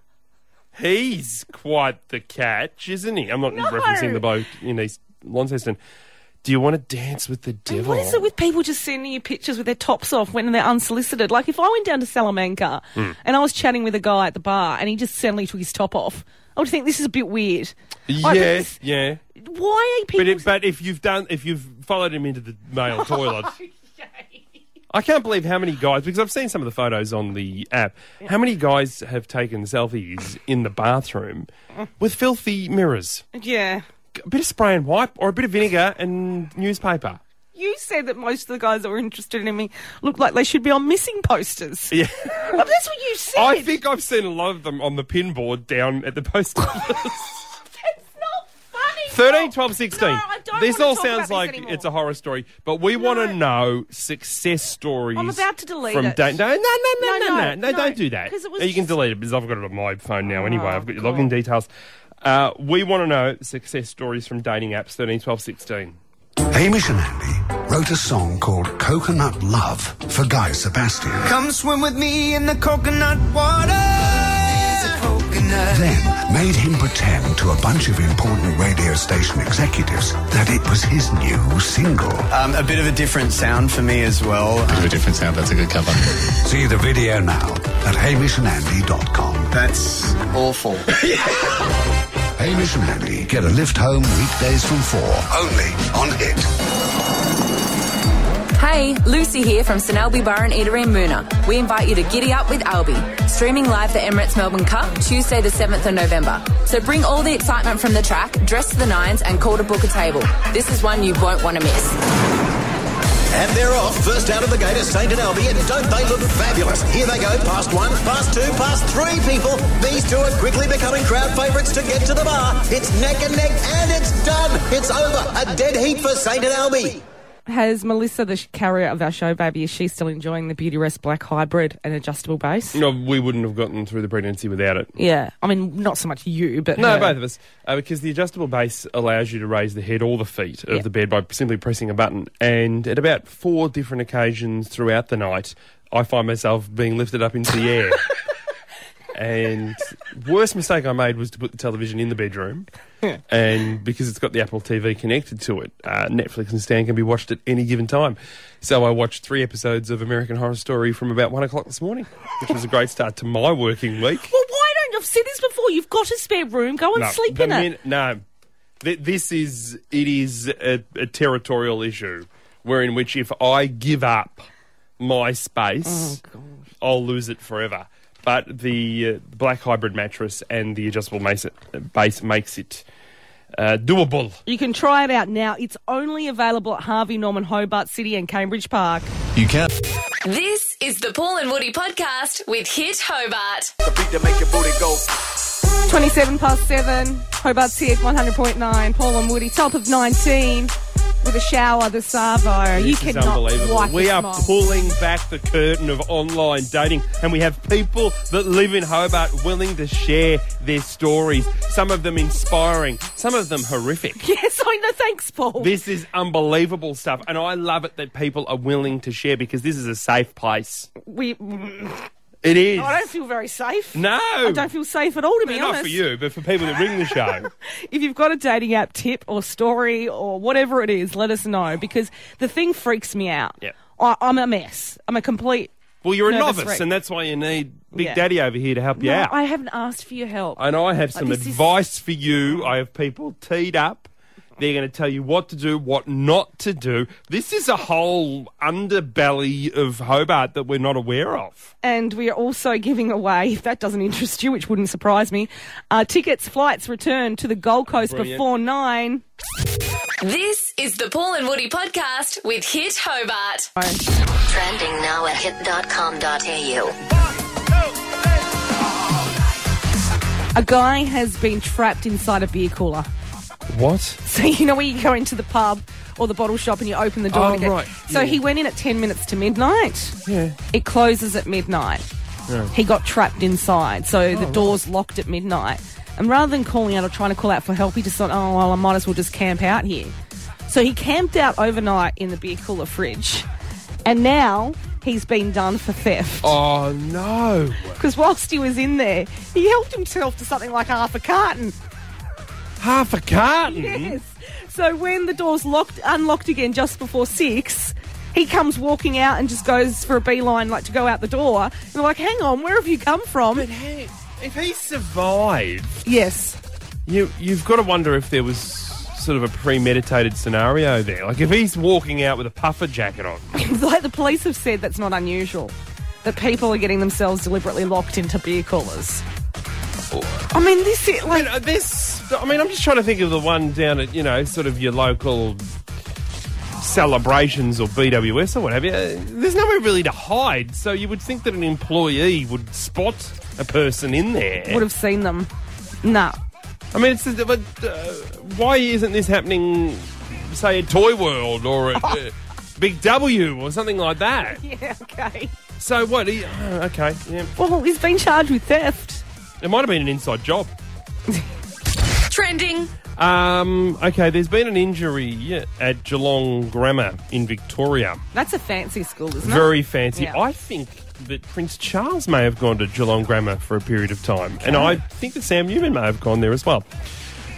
S3: he's quite the catch, isn't he? I'm not referencing the boat in East Launceston. Do you want to dance with the
S2: And
S3: devil?
S2: What is it with people just sending you pictures with their tops off when they're unsolicited? Like if I went down to Salamanca
S3: Hmm.
S2: and I was chatting with a guy at the bar and he just suddenly took his top off, I would think this is a bit weird. Like,
S3: Yes, yeah.
S2: it's- Why are people?
S3: But it, but if you've done if you've followed him into the male toilet. I can't believe how many guys, because I've seen some of the photos on the app, how many guys have taken selfies in the bathroom with filthy mirrors?
S2: yeah.
S3: A bit of spray and wipe or a bit of vinegar and newspaper.
S2: You said that most of the guys that were interested in me looked like they should be on missing posters.
S3: Yeah.
S2: Well, that's what you said.
S3: I think I've seen a lot of them on the pin board down at the post office.
S2: that's not funny.
S3: 13, 12, 16.
S2: No, I don't
S3: this
S2: wanna
S3: all
S2: talk
S3: sounds
S2: about this
S3: like
S2: anymore.
S3: it's a horror story, but we want to know success stories.
S2: I'm about to delete
S3: from
S2: it.
S3: da- no, no, no, no,
S2: No,
S3: no, no,
S2: no, no,
S3: don't do that.
S2: 'cause it was
S3: you can
S2: just- Oh,
S3: delete it because I've got it on my phone now anyway. I've got your login
S2: God.
S3: details. Uh, we want to know success stories from dating apps 13, 12, 16.
S5: Hamish and Andy wrote a song called Coconut Love for Guy Sebastian.
S4: Come swim with me in the coconut water. There's a coconut.
S5: Then made him pretend to a bunch of important radio station executives that it was his new single.
S10: Um, a bit of a different sound for me as well.
S11: a different sound. That's a good cover.
S5: See the video now at hamishandandy.com.
S10: That's awful.
S5: Hamish and Andy get a lift home weekdays from 4 only on Hit.
S1: Hey, Lucy here from St Albie Bar and Eatery in Moona. We invite you to giddy up with Albie, streaming live the Emirates Melbourne Cup Tuesday the 7th of November. So bring all the excitement from the track, dress to the nines and call to book a table. This is one you won't want to miss.
S11: And they're off. First out of the gate is St. and Albi, and don't they look fabulous? Here they go, past one, past two, past three people. These two are quickly becoming crowd favourites to get to the bar. It's neck and neck, and it's done. It's over. A dead heat for St. and Albi.
S2: Has Melissa, the sh- carrier of our show, baby, is she still enjoying the Beauty Rest Black Hybrid and adjustable base?
S3: No, we wouldn't have gotten through the pregnancy without it.
S2: Yeah, I mean, not so much you, but
S3: No,
S2: her.
S3: both of us. Uh, because the adjustable base allows you to raise the head or the feet of
S2: Yeah.
S3: the bed by simply pressing a button. And at about four different occasions throughout the night, I find myself being lifted up into the air. and worst mistake I made was to put the television in the bedroom. and because it's got the Apple TV connected to it, uh, Netflix and Stan can be watched at any given time. So I watched three episodes of American Horror Story from about one o'clock this morning, which was a great start to my working week.
S2: Well, why don't I've said this before? You've got a spare room. Go and sleep
S3: the
S2: in it.
S3: min- No, Th- this is it is a, a territorial issue, wherein
S2: Oh,
S3: which if I give up my space, I'll lose it forever. but the uh, black hybrid mattress and the adjustable mace- base makes it uh, doable.
S2: You can try it out now. It's only available at Harvey Norman, Hobart City, and Cambridge Park.
S3: You can.
S1: This is the Paul and Woody podcast with Hit Hobart.
S2: 27 past 7, Hobart's here, 100.9, Paul and Woody, top of 19, with a shower, the Savo. you
S3: This is
S2: cannot wipe
S3: We
S2: a
S3: are
S2: smile.
S3: pulling back the curtain of online dating, and we have people that live in Hobart willing to share their stories. Some of them inspiring, some of them horrific.
S2: Yes, I know. Thanks, Paul.
S3: This is unbelievable stuff, and I love it that people are willing to share because this is a safe place.
S2: We.
S3: It is.
S2: I don't feel very safe.
S3: No.
S2: I don't feel safe at all, to be
S3: Not
S2: honest.
S3: for you, but for people that ring the show.
S2: If you've got a dating app tip or story or whatever it is, let us know because the thing freaks me out.
S3: Yep.
S2: I, I'm a mess. I'm a complete.
S3: Well, you're a
S2: nervous
S3: novice,
S2: wreck.
S3: and that's why you need Big
S2: Yeah.
S3: Daddy over here to help you
S2: No,
S3: out.
S2: I haven't asked for your help.
S3: and I have
S2: Uh,
S3: some
S2: this is-
S3: advice for you. I have people teed up. They're going to tell you what to do, what not to do. This is a whole underbelly of Hobart that we're not aware of.
S2: And we are also giving away, if that doesn't interest you, which wouldn't surprise me, uh, tickets, flights, return to the Gold Coast
S1: Brilliant.
S2: before nine.
S1: This is the Paul and Woody podcast with Hit Hobart.
S6: Trending now at hit.com.au.
S2: A guy has been trapped inside a beer cooler.
S3: What?
S2: So you know where you go into the pub or the bottle shop and you open the door.
S3: Oh,
S2: to get-
S3: right,
S2: So
S3: yeah.
S2: he went in at ten minutes to midnight.
S3: Yeah.
S2: It closes at midnight.
S3: Yeah. Oh,
S2: He got trapped inside, so the
S3: right.
S2: doors locked at midnight. And rather than calling out or trying to call out for help, he just thought, oh well, I might as well just camp out here. So he camped out overnight in the beer cooler fridge, and now he's been done for theft.
S3: Oh, no.
S2: Because whilst he was in there, he helped himself to something like half a carton.
S3: Half a carton?
S2: Yes. So when the door's locked, unlocked again just before six, he comes walking out and just goes for a beeline, like to go out the door. And they're like, hang on, where have you come from?
S3: If he survived,
S2: Yes.
S3: you, you've got to wonder if there was sort of a premeditated scenario there. Like if he's walking out with a puffer jacket on.
S2: like the police have said, that's not unusual. That people are getting themselves deliberately locked into beer coolers. I mean, this is like
S3: uh, this. I mean, I'm just trying to think of the one down at you know, sort of your local celebrations or BWS or whatever. Uh, There's nowhere really to hide, so you would think that an employee would spot a person in there.
S2: Would have seen them. Nah.
S3: I mean, it's but uh, why isn't this happening? Say at Toy World or at uh, Big W or something like that.
S2: Yeah, okay.
S3: So what? He, oh, okay, yeah.
S2: Well, he's been charged with theft.
S3: It might have been an inside job.
S1: Trending.
S3: Um, okay, there's been an injury at Geelong Grammar in Victoria.
S2: That's a fancy school, isn't it?
S3: Very fancy.
S2: Yeah.
S3: I think that Prince Charles may have gone to Geelong Grammar for a period of time, and I think that Sam Newman may have gone there as well.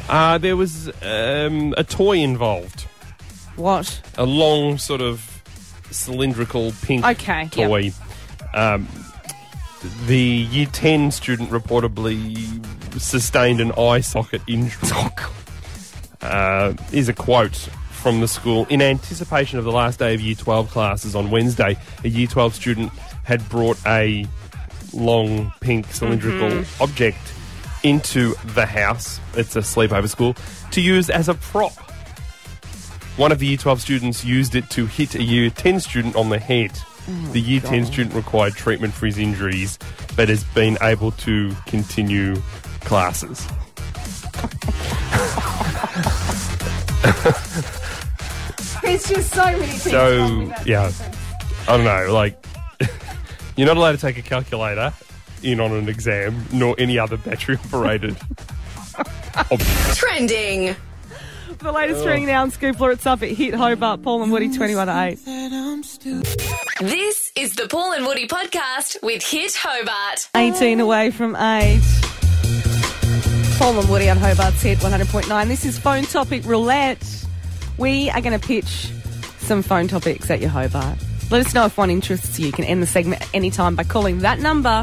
S3: Uh, there was um, a toy involved.
S2: What?
S3: A long, sort of cylindrical pink
S2: Okay, yeah.
S3: toy. Um, the year 10 student reportedly sustained an eye socket injury. Uh, is a quote from the school. In anticipation of the last day of Year 12 classes on Wednesday, a Year 12 student had brought a long pink cylindrical
S12: Mhm.
S2: Mm-hmm.
S3: object into the house. It's a sleepover school to use as a prop. One of the Year 12 students used it to hit a Year 10 student on the head.
S12: Oh my
S3: the Year 10
S12: God.
S3: student required treatment for his injuries, but has been able to continue classes.
S2: There's just so many things. wrong
S3: So
S2: with that
S3: yeah,
S2: person.
S3: I don't know. Like, you're not allowed to take a calculator in on an exam, nor any other battery operated.
S1: Trending.
S2: The latest
S3: Oh.
S2: ring now on Scoopler. It's up at Hit Hobart, Paul and Woody, 21 to 8.
S1: This is the Paul and Woody podcast with Hit Hobart.
S2: 18 away from 8. Paul and Woody on Hobart's Hit 100.9. This is Phone Topic Roulette. We are going to pitch some phone topics at your Hobart. Let us know if one interests you. You can end the segment at any time by calling that number.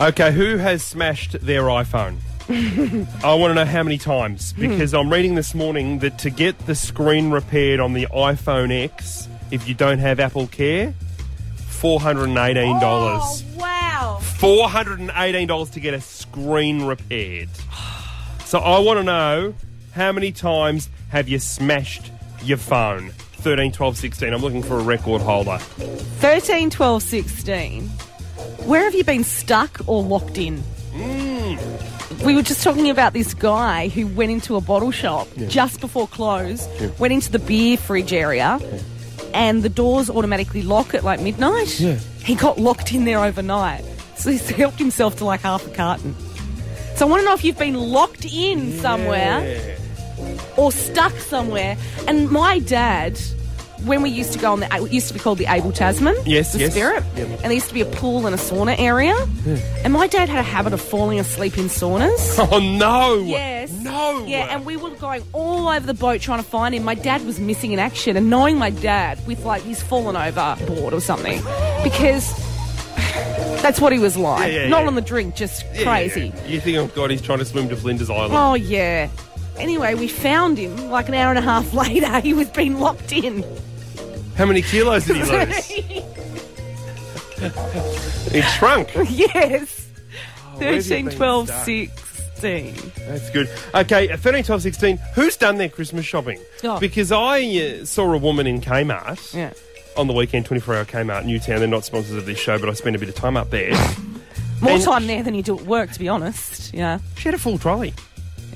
S3: okay, who has smashed their iPhone? I want to know how many times
S2: Hmm.
S3: because I'm reading this morning that to get the screen repaired on the iPhone X,
S2: Oh.
S3: if you don't have Apple Care, four hundred and eighteen dollars.
S2: wow.
S3: $418 to get a screen repaired. So I want to know how many times have you smashed your phone? 13, 12, 16. I'm looking for a record holder.
S2: 13, 12, 16. Where have you been stuck or locked in?
S12: Hmm.
S2: We were just talking about this guy who went into a bottle shop
S12: Yeah.
S2: just before close,
S12: Yeah.
S2: went into the beer fridge area, and the doors automatically lock at like midnight.
S12: Yeah.
S2: He got locked in there overnight. So he's helped himself to like half a carton. So I want to know if you've been locked in somewhere or stuck somewhere. And my dad, when we used to go on the, it used to be called the Abel Tasman.
S3: Yes,
S2: the
S3: yes.
S2: Spirit.
S3: Yep.
S2: And there used to be a pool and a sauna area. And my dad had a habit of falling asleep in saunas.
S3: Oh no!
S2: Yes. No. Yeah, and we were going all over the boat trying to find him. My dad was missing in action, and knowing my dad with like he's fallen overboard or something, because that's what he was like.
S3: Yeah, yeah,
S2: Not
S3: yeah.
S2: on the drink, just
S3: Yeah, yeah,
S2: crazy.
S3: yeah. You think, oh God, he's trying to swim to Flinders Island.
S2: Oh yeah. Anyway, we found him like an hour and a half later. He was being locked in.
S3: How many kilos did he lose? It shrunk.
S2: yes.
S3: where's he
S2: 13,
S3: been
S2: 12,
S3: stuck?
S2: 16.
S3: That's good. Okay, uh, 13, 12, 16. Who's done their Christmas shopping?
S2: Oh.
S3: Because I uh, saw a woman in Kmart
S2: Yeah.
S3: on the weekend, 24 hour Kmart, Newtown. They're not sponsors of this show, but I spent a bit of time up there.
S2: More
S3: And-
S2: time there than you do at work, to be honest. Yeah.
S3: She had a full trolley.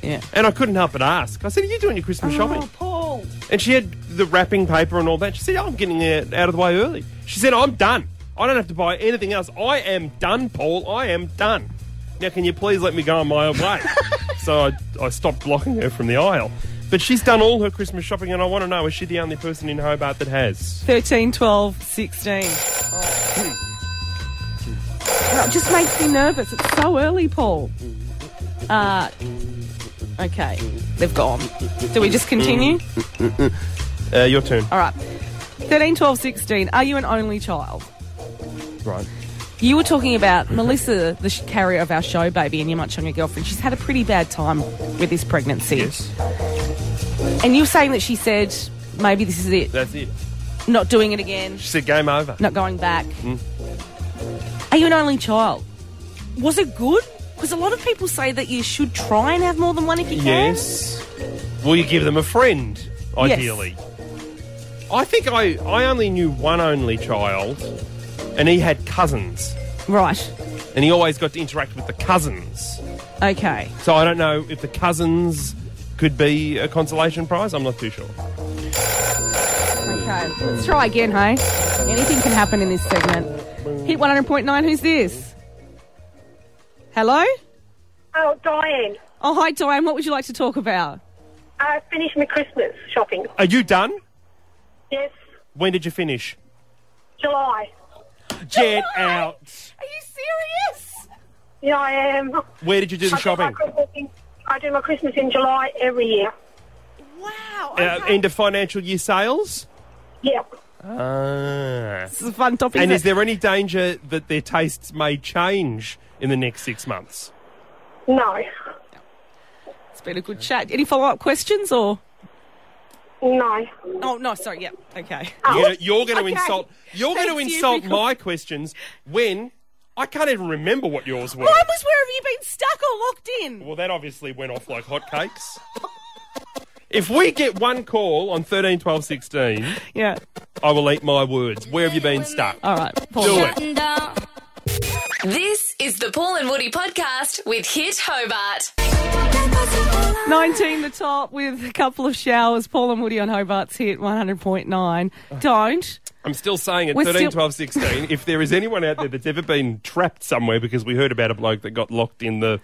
S2: Yeah.
S3: And I couldn't help but ask. I said, Are you doing your
S2: Oh,
S3: Christmas shopping?
S2: Paul.
S3: And she had the wrapping paper and all that. She said, I'm getting it out of the way early. She said, I'm done. I don't have to buy anything else. I am done, Paul. I am done. Now, can you please let me go on my way? so I, I stopped blocking her from the aisle. But she's done all her Christmas shopping, and I want to know is she the only person in Hobart that has?
S2: 13, 12, 16. Oh, it just makes me nervous. It's so early, Paul. Uh, okay. They've gone. Do we just continue?
S3: Uh, your turn.
S2: All right. 13, 12, 16. Are you an only child?
S3: Right.
S2: You were talking about Melissa, the sh- carrier of our show, baby, and your much younger girlfriend. She's had a pretty bad time with this pregnancy. Yes. And you were saying that she said, maybe this is it,
S3: That's it.
S2: not doing it again,
S3: She said, Game over.
S2: not going back.
S3: Mm.
S2: Are you an only child? Was it good? Because a lot of people say that you should try and have more than one if you can.
S3: Yes. Will you give them a friend,
S2: Yes.
S3: ideally? I think I, I only knew one only child, and he had cousins.
S2: Right.
S3: And he always got to interact with the cousins.
S2: Okay.
S3: So I don't know if the cousins could be a consolation prize. I'm not too sure.
S2: Okay. Let's try again, hey? Anything can happen in this segment. Hit 100.9. Who's this? Hello?
S13: Oh, Diane.
S2: Oh, hi, Diane. What would you like to talk about?
S13: I finished my Christmas shopping.
S3: Are you done?
S13: Yes,
S3: When did you finish?
S13: July.
S3: Jet out.
S13: Are you serious? Yeah, I am.
S3: Where did you do the
S13: I
S3: shopping?
S13: my Christmas in- I do my Christmas in July every year. Wow.
S3: Uh, end of financial year sales?
S13: Yeah.
S3: Ah. This
S2: is a fun topic.
S3: And
S2: isn't
S3: is
S2: it?
S3: there any danger that their tastes may change in the next six months?
S13: No.
S2: It's been a good chat. Any follow up questions or?
S13: No.
S2: Oh, no, sorry. Yeah. Okay.
S3: You're, you're going to
S2: Oh. Okay.
S3: insult. You're going to
S2: Thanks, you
S3: insult
S2: pickle.
S3: my questions when I can't even remember what yours were.
S2: Mine was where have you been stuck or locked in?
S3: Well, that obviously went off like hotcakes. if we get one call on 13, 12, 16,
S2: yeah.
S3: I will eat my words. Where have you been stuck?
S2: All right,
S3: do it.
S1: This is the Paul and Woody podcast with Hit Hobart.
S2: 19 the top with a couple of showers. Paul and Woody on Hobart's hit 100.9. Don't.
S3: I'm still saying it.
S2: We're
S3: 13,
S2: still-
S3: 12, 16. if there is anyone out there that's ever been trapped somewhere because we heard about a bloke that got locked in the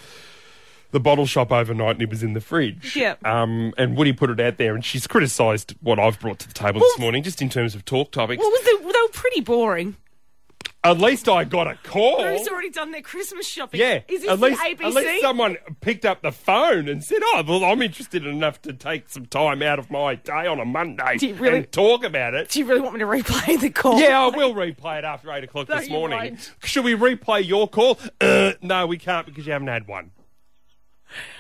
S3: the bottle shop overnight and it was in the fridge.
S2: Yep.
S3: Um, and Woody put it out there and she's criticised what I've brought to the table this morning just in terms of talk topics.
S2: Well, was the, they were pretty boring.
S3: At least I got a call.
S2: Who's already done their Christmas shopping?
S3: Yeah.
S2: Is this
S3: at least,
S2: the ABC?
S3: At least someone picked up the phone and said, oh, well, I'm interested enough to take some time out of my day on a Monday
S2: Do you really-
S3: and talk about it.
S2: Do you really want me to replay the call?
S3: Yeah, I will replay it after 8 o'clock
S2: Oh. No,
S3: this
S2: you
S3: morning.
S2: won't.
S3: Should we replay your call? Uh, no, we can't because you haven't had one.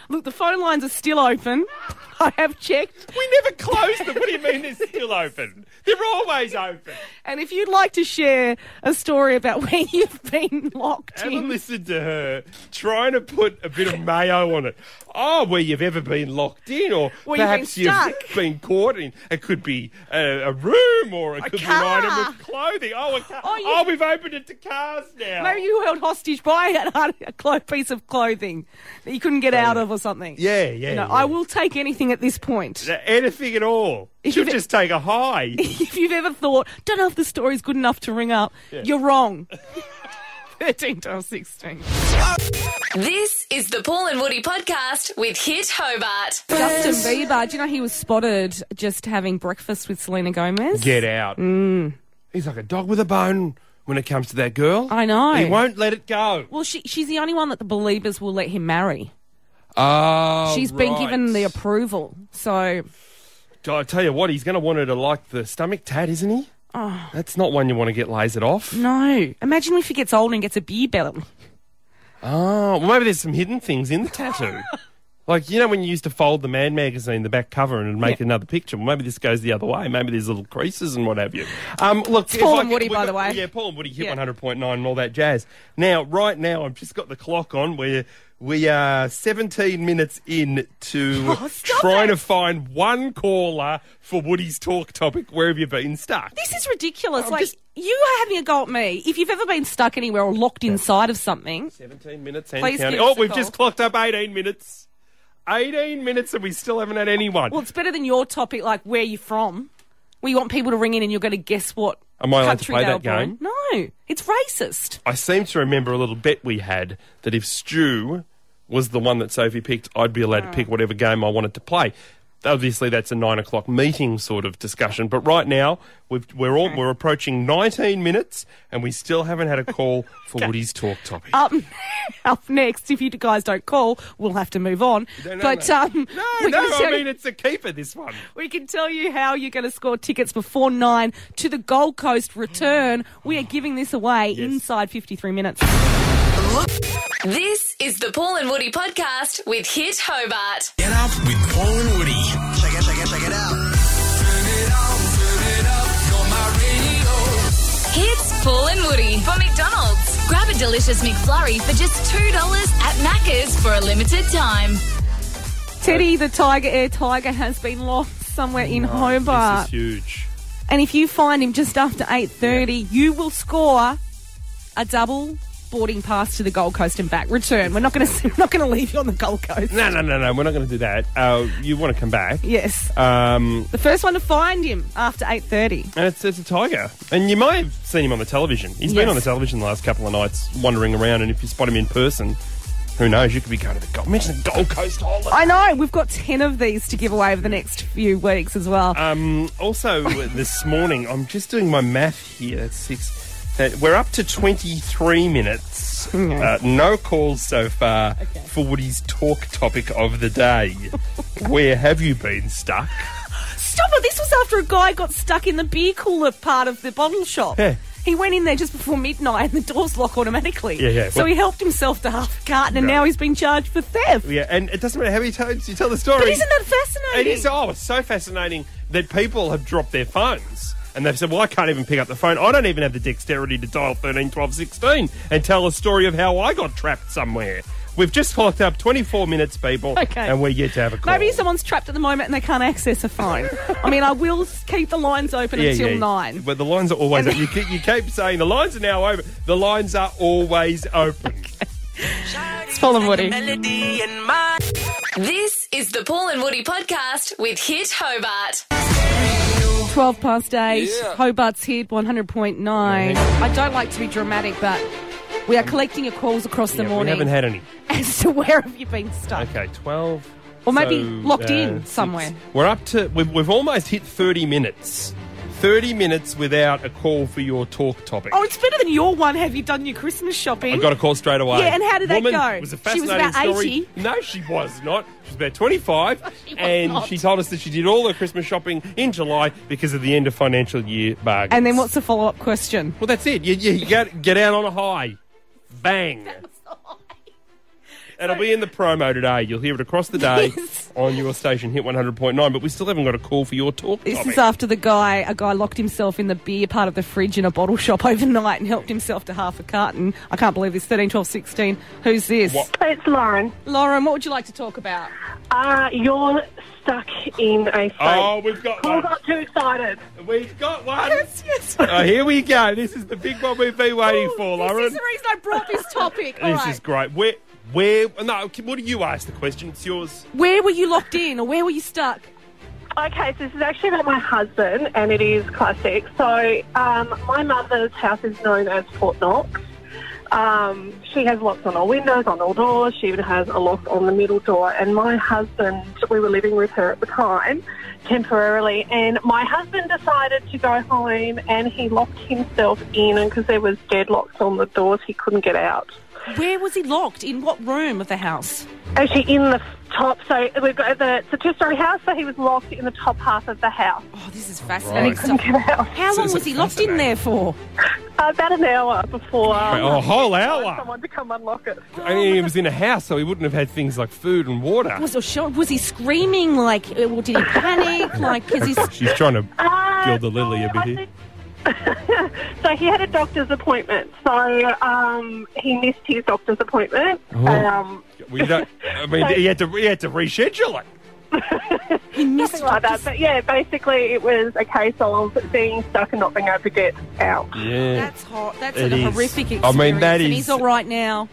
S2: Look, the phone lines are still open. I have checked.
S3: We never closed them. What do you mean they're still open? They're always open.
S2: And if you'd like to share a story about where you've been locked
S3: Have
S2: in,
S3: a listen to her trying to put a bit of mayo on it. Oh, where you've ever been locked in, or
S2: Where you've been
S3: perhaps you've been,
S2: stuck.
S3: caught in. It could be uh, a, a room, or it could be an
S2: car.
S3: item of clothing. Oh, a car.
S2: Oh,
S3: Oh,
S2: you-
S3: we've opened it to cars now.
S2: maybe you were held hostage by an art- a clo- piece of clothing that you couldn't get out of or something.
S3: Yeah, yeah,
S2: You know,
S3: yeah.
S2: I will take anything at this point.
S3: Anything at all. She'll just take a high.
S2: if you've ever thought, don't know if the story's good enough to ring up,
S3: Yeah.
S2: you're wrong. 13 to 16.
S1: This is the Paul and Woody podcast with Hit Hobart.
S2: Justin Bieber, do you know he was spotted just having breakfast with Selena Gomez?
S3: Get out.
S2: Mm.
S3: He's like a dog with a bone when it comes to that girl.
S2: I know.
S3: He won't let it go.
S2: Well, she, she's the only one that the believers will let him marry.
S3: Oh,
S2: She's
S3: she's
S2: been given the approval. So,
S3: I tell you what, he's going to want her to like the stomach tat, isn't he?
S2: oh,
S3: That's not one you want to get lasered off.
S2: no. Imagine if he gets old and gets a beer belly.
S3: Oh, well, maybe there's some hidden things in the tattoo. like, you know, when you used to fold the Man magazine, the back cover, and it'd make another picture. Well, maybe this goes the other way. Maybe there's little creases and what have you. Um, look,
S2: It's Paul
S3: if I
S2: and
S3: could-
S2: Woody,
S3: we
S2: by
S3: got-
S2: the way.
S3: Yeah, Paul and Woody hit 100.9 and all that jazz. Now, right now, I've just got the clock on. We're, we are 17 minutes in to
S2: Oh,
S3: trying to find one caller for Woody's talk topic. Where have you been stuck?
S2: This is ridiculous. like, you are having a go at me. If you've ever been stuck anywhere or locked inside of something,
S3: 17 minutes and
S2: Please
S3: counting.
S2: give us
S3: Oh,
S2: a
S3: we've
S2: call.
S3: just clocked up 18 minutes. 18 minutes and we still haven't had anyone.
S2: well, it's better than your topic, like where you're from, where you want people to ring in and you're going to guess what
S3: Am I allowed to
S2: country
S3: play
S2: they were
S3: that game?
S2: born. No, it's racist.
S3: I seem to remember a little bet we had that if Stu was the one that Sophie picked, I'd be allowed to
S2: Hmm.
S3: pick whatever game I wanted to play. Obviously, that's a nine o'clock meeting sort of discussion. But right now, we've, we're all, we're approaching 19 minutes, and we still haven't had a call for Woody's talk topic.
S2: up, Um, up next. If you guys don't call, we'll have to move on. but um,
S3: no,
S2: we,
S3: no,
S2: can tell
S3: I
S2: you-
S3: mean it's a keeper. This one.
S2: we can tell you how you're going to score tickets before nine to the Gold Coast return. We are giving this away inside 53 minutes.
S1: This is the Paul and Woody podcast with Hit Hobart.
S11: Get up with Paul and Woody. Check it, check it, check it out.
S1: Hits Paul and Woody for McDonald's. Grab a delicious McFlurry for just $2 at Macca's for a limited time.
S2: Teddy the Tiger Air Tiger has been lost somewhere in Hobart.
S3: This is huge.
S2: And if you find him just after 8.30, you will score a double boarding pass to the Gold Coast and back. Return. We're not going to we're not going to leave you on the Gold Coast.
S3: No, no, no, no. We're not going to do that. Uh, you want to come back?
S2: Yes.
S3: Um,
S2: The first one to find him after 8.30.
S3: and it's, it's a tiger. And you may have seen him on the television. He's been
S2: Yes.
S3: on the television the last couple of nights, wandering around. And if you spot him in person, who knows? You could be going to the Gold. Mention the Gold Coast Island.
S2: I know. We've got 10 of these to give away over the next few weeks as well.
S3: Um, also, uh, this morning, I'm just doing my math here. That's six. That we're up to 23 minutes. Uh, no calls so far for Woody's talk topic of the day. Where have you been stuck?
S2: Stop it. This was after a guy got stuck in the beer cooler part of the bottle shop.
S3: Yeah.
S2: He went in there just before midnight and the doors lock automatically.
S3: Yeah, yeah.
S2: So
S3: Well-
S2: he helped himself to half a carton and
S3: Right.
S2: now he's been charged for theft.
S3: Yeah, and it doesn't matter how many times you tell the story.
S2: But isn't that fascinating?
S3: It is. Oh, it's so fascinating that people have dropped their phones and they've said, "Well, I can't even pick up the phone. I don't even have the dexterity to dial 13, 12, 16 and tell a story of how I got trapped somewhere." We've just clocked up 24 minutes, people,
S2: Okay.
S3: and we're yet to have a call.
S2: Maybe someone's trapped at the moment and they can't access a phone. I mean, I will s- keep the lines open
S3: Yeah,
S2: until
S3: yeah.
S2: nine.
S3: But the lines are always open. You keep, you keep saying the lines are now open. The lines are always open.
S2: It's Paul and Woody.
S1: This is the Paul and Woody podcast with Hit Hobart.
S2: 12 past 8,
S1: Yeah.
S2: Hobart's hit 100.9. I don't like to be dramatic, but we are collecting your calls across the
S3: Yeah, we
S2: morning
S3: haven't had any.
S2: as to where have you been stuck.
S3: Okay, 12.
S2: Or maybe
S3: So,
S2: locked
S3: uh,
S2: in
S3: six.
S2: somewhere.
S3: We're up to, we've, we've almost hit 30 minutes. 30 minutes without a call for your talk topic.
S2: Oh, it's better than your one. Have you done your Christmas shopping?
S3: I got a call straight away.
S2: Yeah, and how did that
S3: Woman
S2: go?
S3: Was a
S2: She was
S3: fascinating
S2: about
S3: story.
S2: 80.
S3: No, she was not. She was about 25. and
S2: not.
S3: she told us that she did all her Christmas shopping in July because of the end of financial year bargain.
S2: And then what's the follow up question?
S3: Well, that's it. You, you, you get, get out on a high. Bang. It'll be in the promo today. You'll hear it across the day on your station, Hit 100.9. But we still haven't got a call for your talk.
S2: This
S3: topic.
S2: is after the guy, a guy locked himself in the beer part of the fridge in a bottle shop overnight and helped himself to half a carton. I can't believe this. 13, 12, 16. Who's this?
S13: It's Lauren.
S2: Lauren, what would you like to talk about?
S13: Uh, you're stuck in a state.
S3: Oh, we've got
S13: Paul
S3: one.
S13: got too excited.
S3: We've got one. Oh, here we go. This is the big one we've been waiting for, Lauren.
S2: Oh, This is the reason I brought this topic. All
S3: This
S2: right.
S3: is great. Where, where? No, what do you ask the question? It's yours.
S2: Where were you locked in or where were you stuck?
S13: Okay, so this is actually about my husband, and it is classic. So, um, my mother's house is known as Fort Knox. Um, she has locks on all windows, on all doors. She even has a lock on the middle door. And my husband, we were living with her at the time, temporarily. And my husband decided to go home, and he locked himself in, and because there was deadlocks on the doors, he couldn't get out.
S2: Where was he locked? In what room of the house?
S13: Actually, in the top. So we've got the it's a two-story house. So he was locked in the top half of the house.
S2: Oh, this is
S13: And
S2: fascinating.
S13: he couldn't get out.
S2: How long was he locked in there for?
S13: about an hour before.
S3: Wait, oh, a whole hour?
S13: Someone to come unlock it.
S3: I mean, he was in a house, so he wouldn't have had things like food and water.
S2: Was he, sho- was he screaming? Like, uh, well, did he panic? like, because he's.
S3: She's trying to
S2: Uh,
S3: gild the lily a bit here.
S13: Uh, So he had a doctor's appointment. So um, he missed his doctor's appointment.
S3: Oh.
S13: Um,
S3: We don't, I mean, he had to he had to reschedule it.
S13: nothing like that. But yeah, basically it was a case of being stuck and not being able to get out.
S3: Yeah.
S2: That's hot. That's
S3: It
S2: a
S3: is.
S2: horrific experience.
S3: I mean, that
S2: And
S3: is-
S2: he's all right now.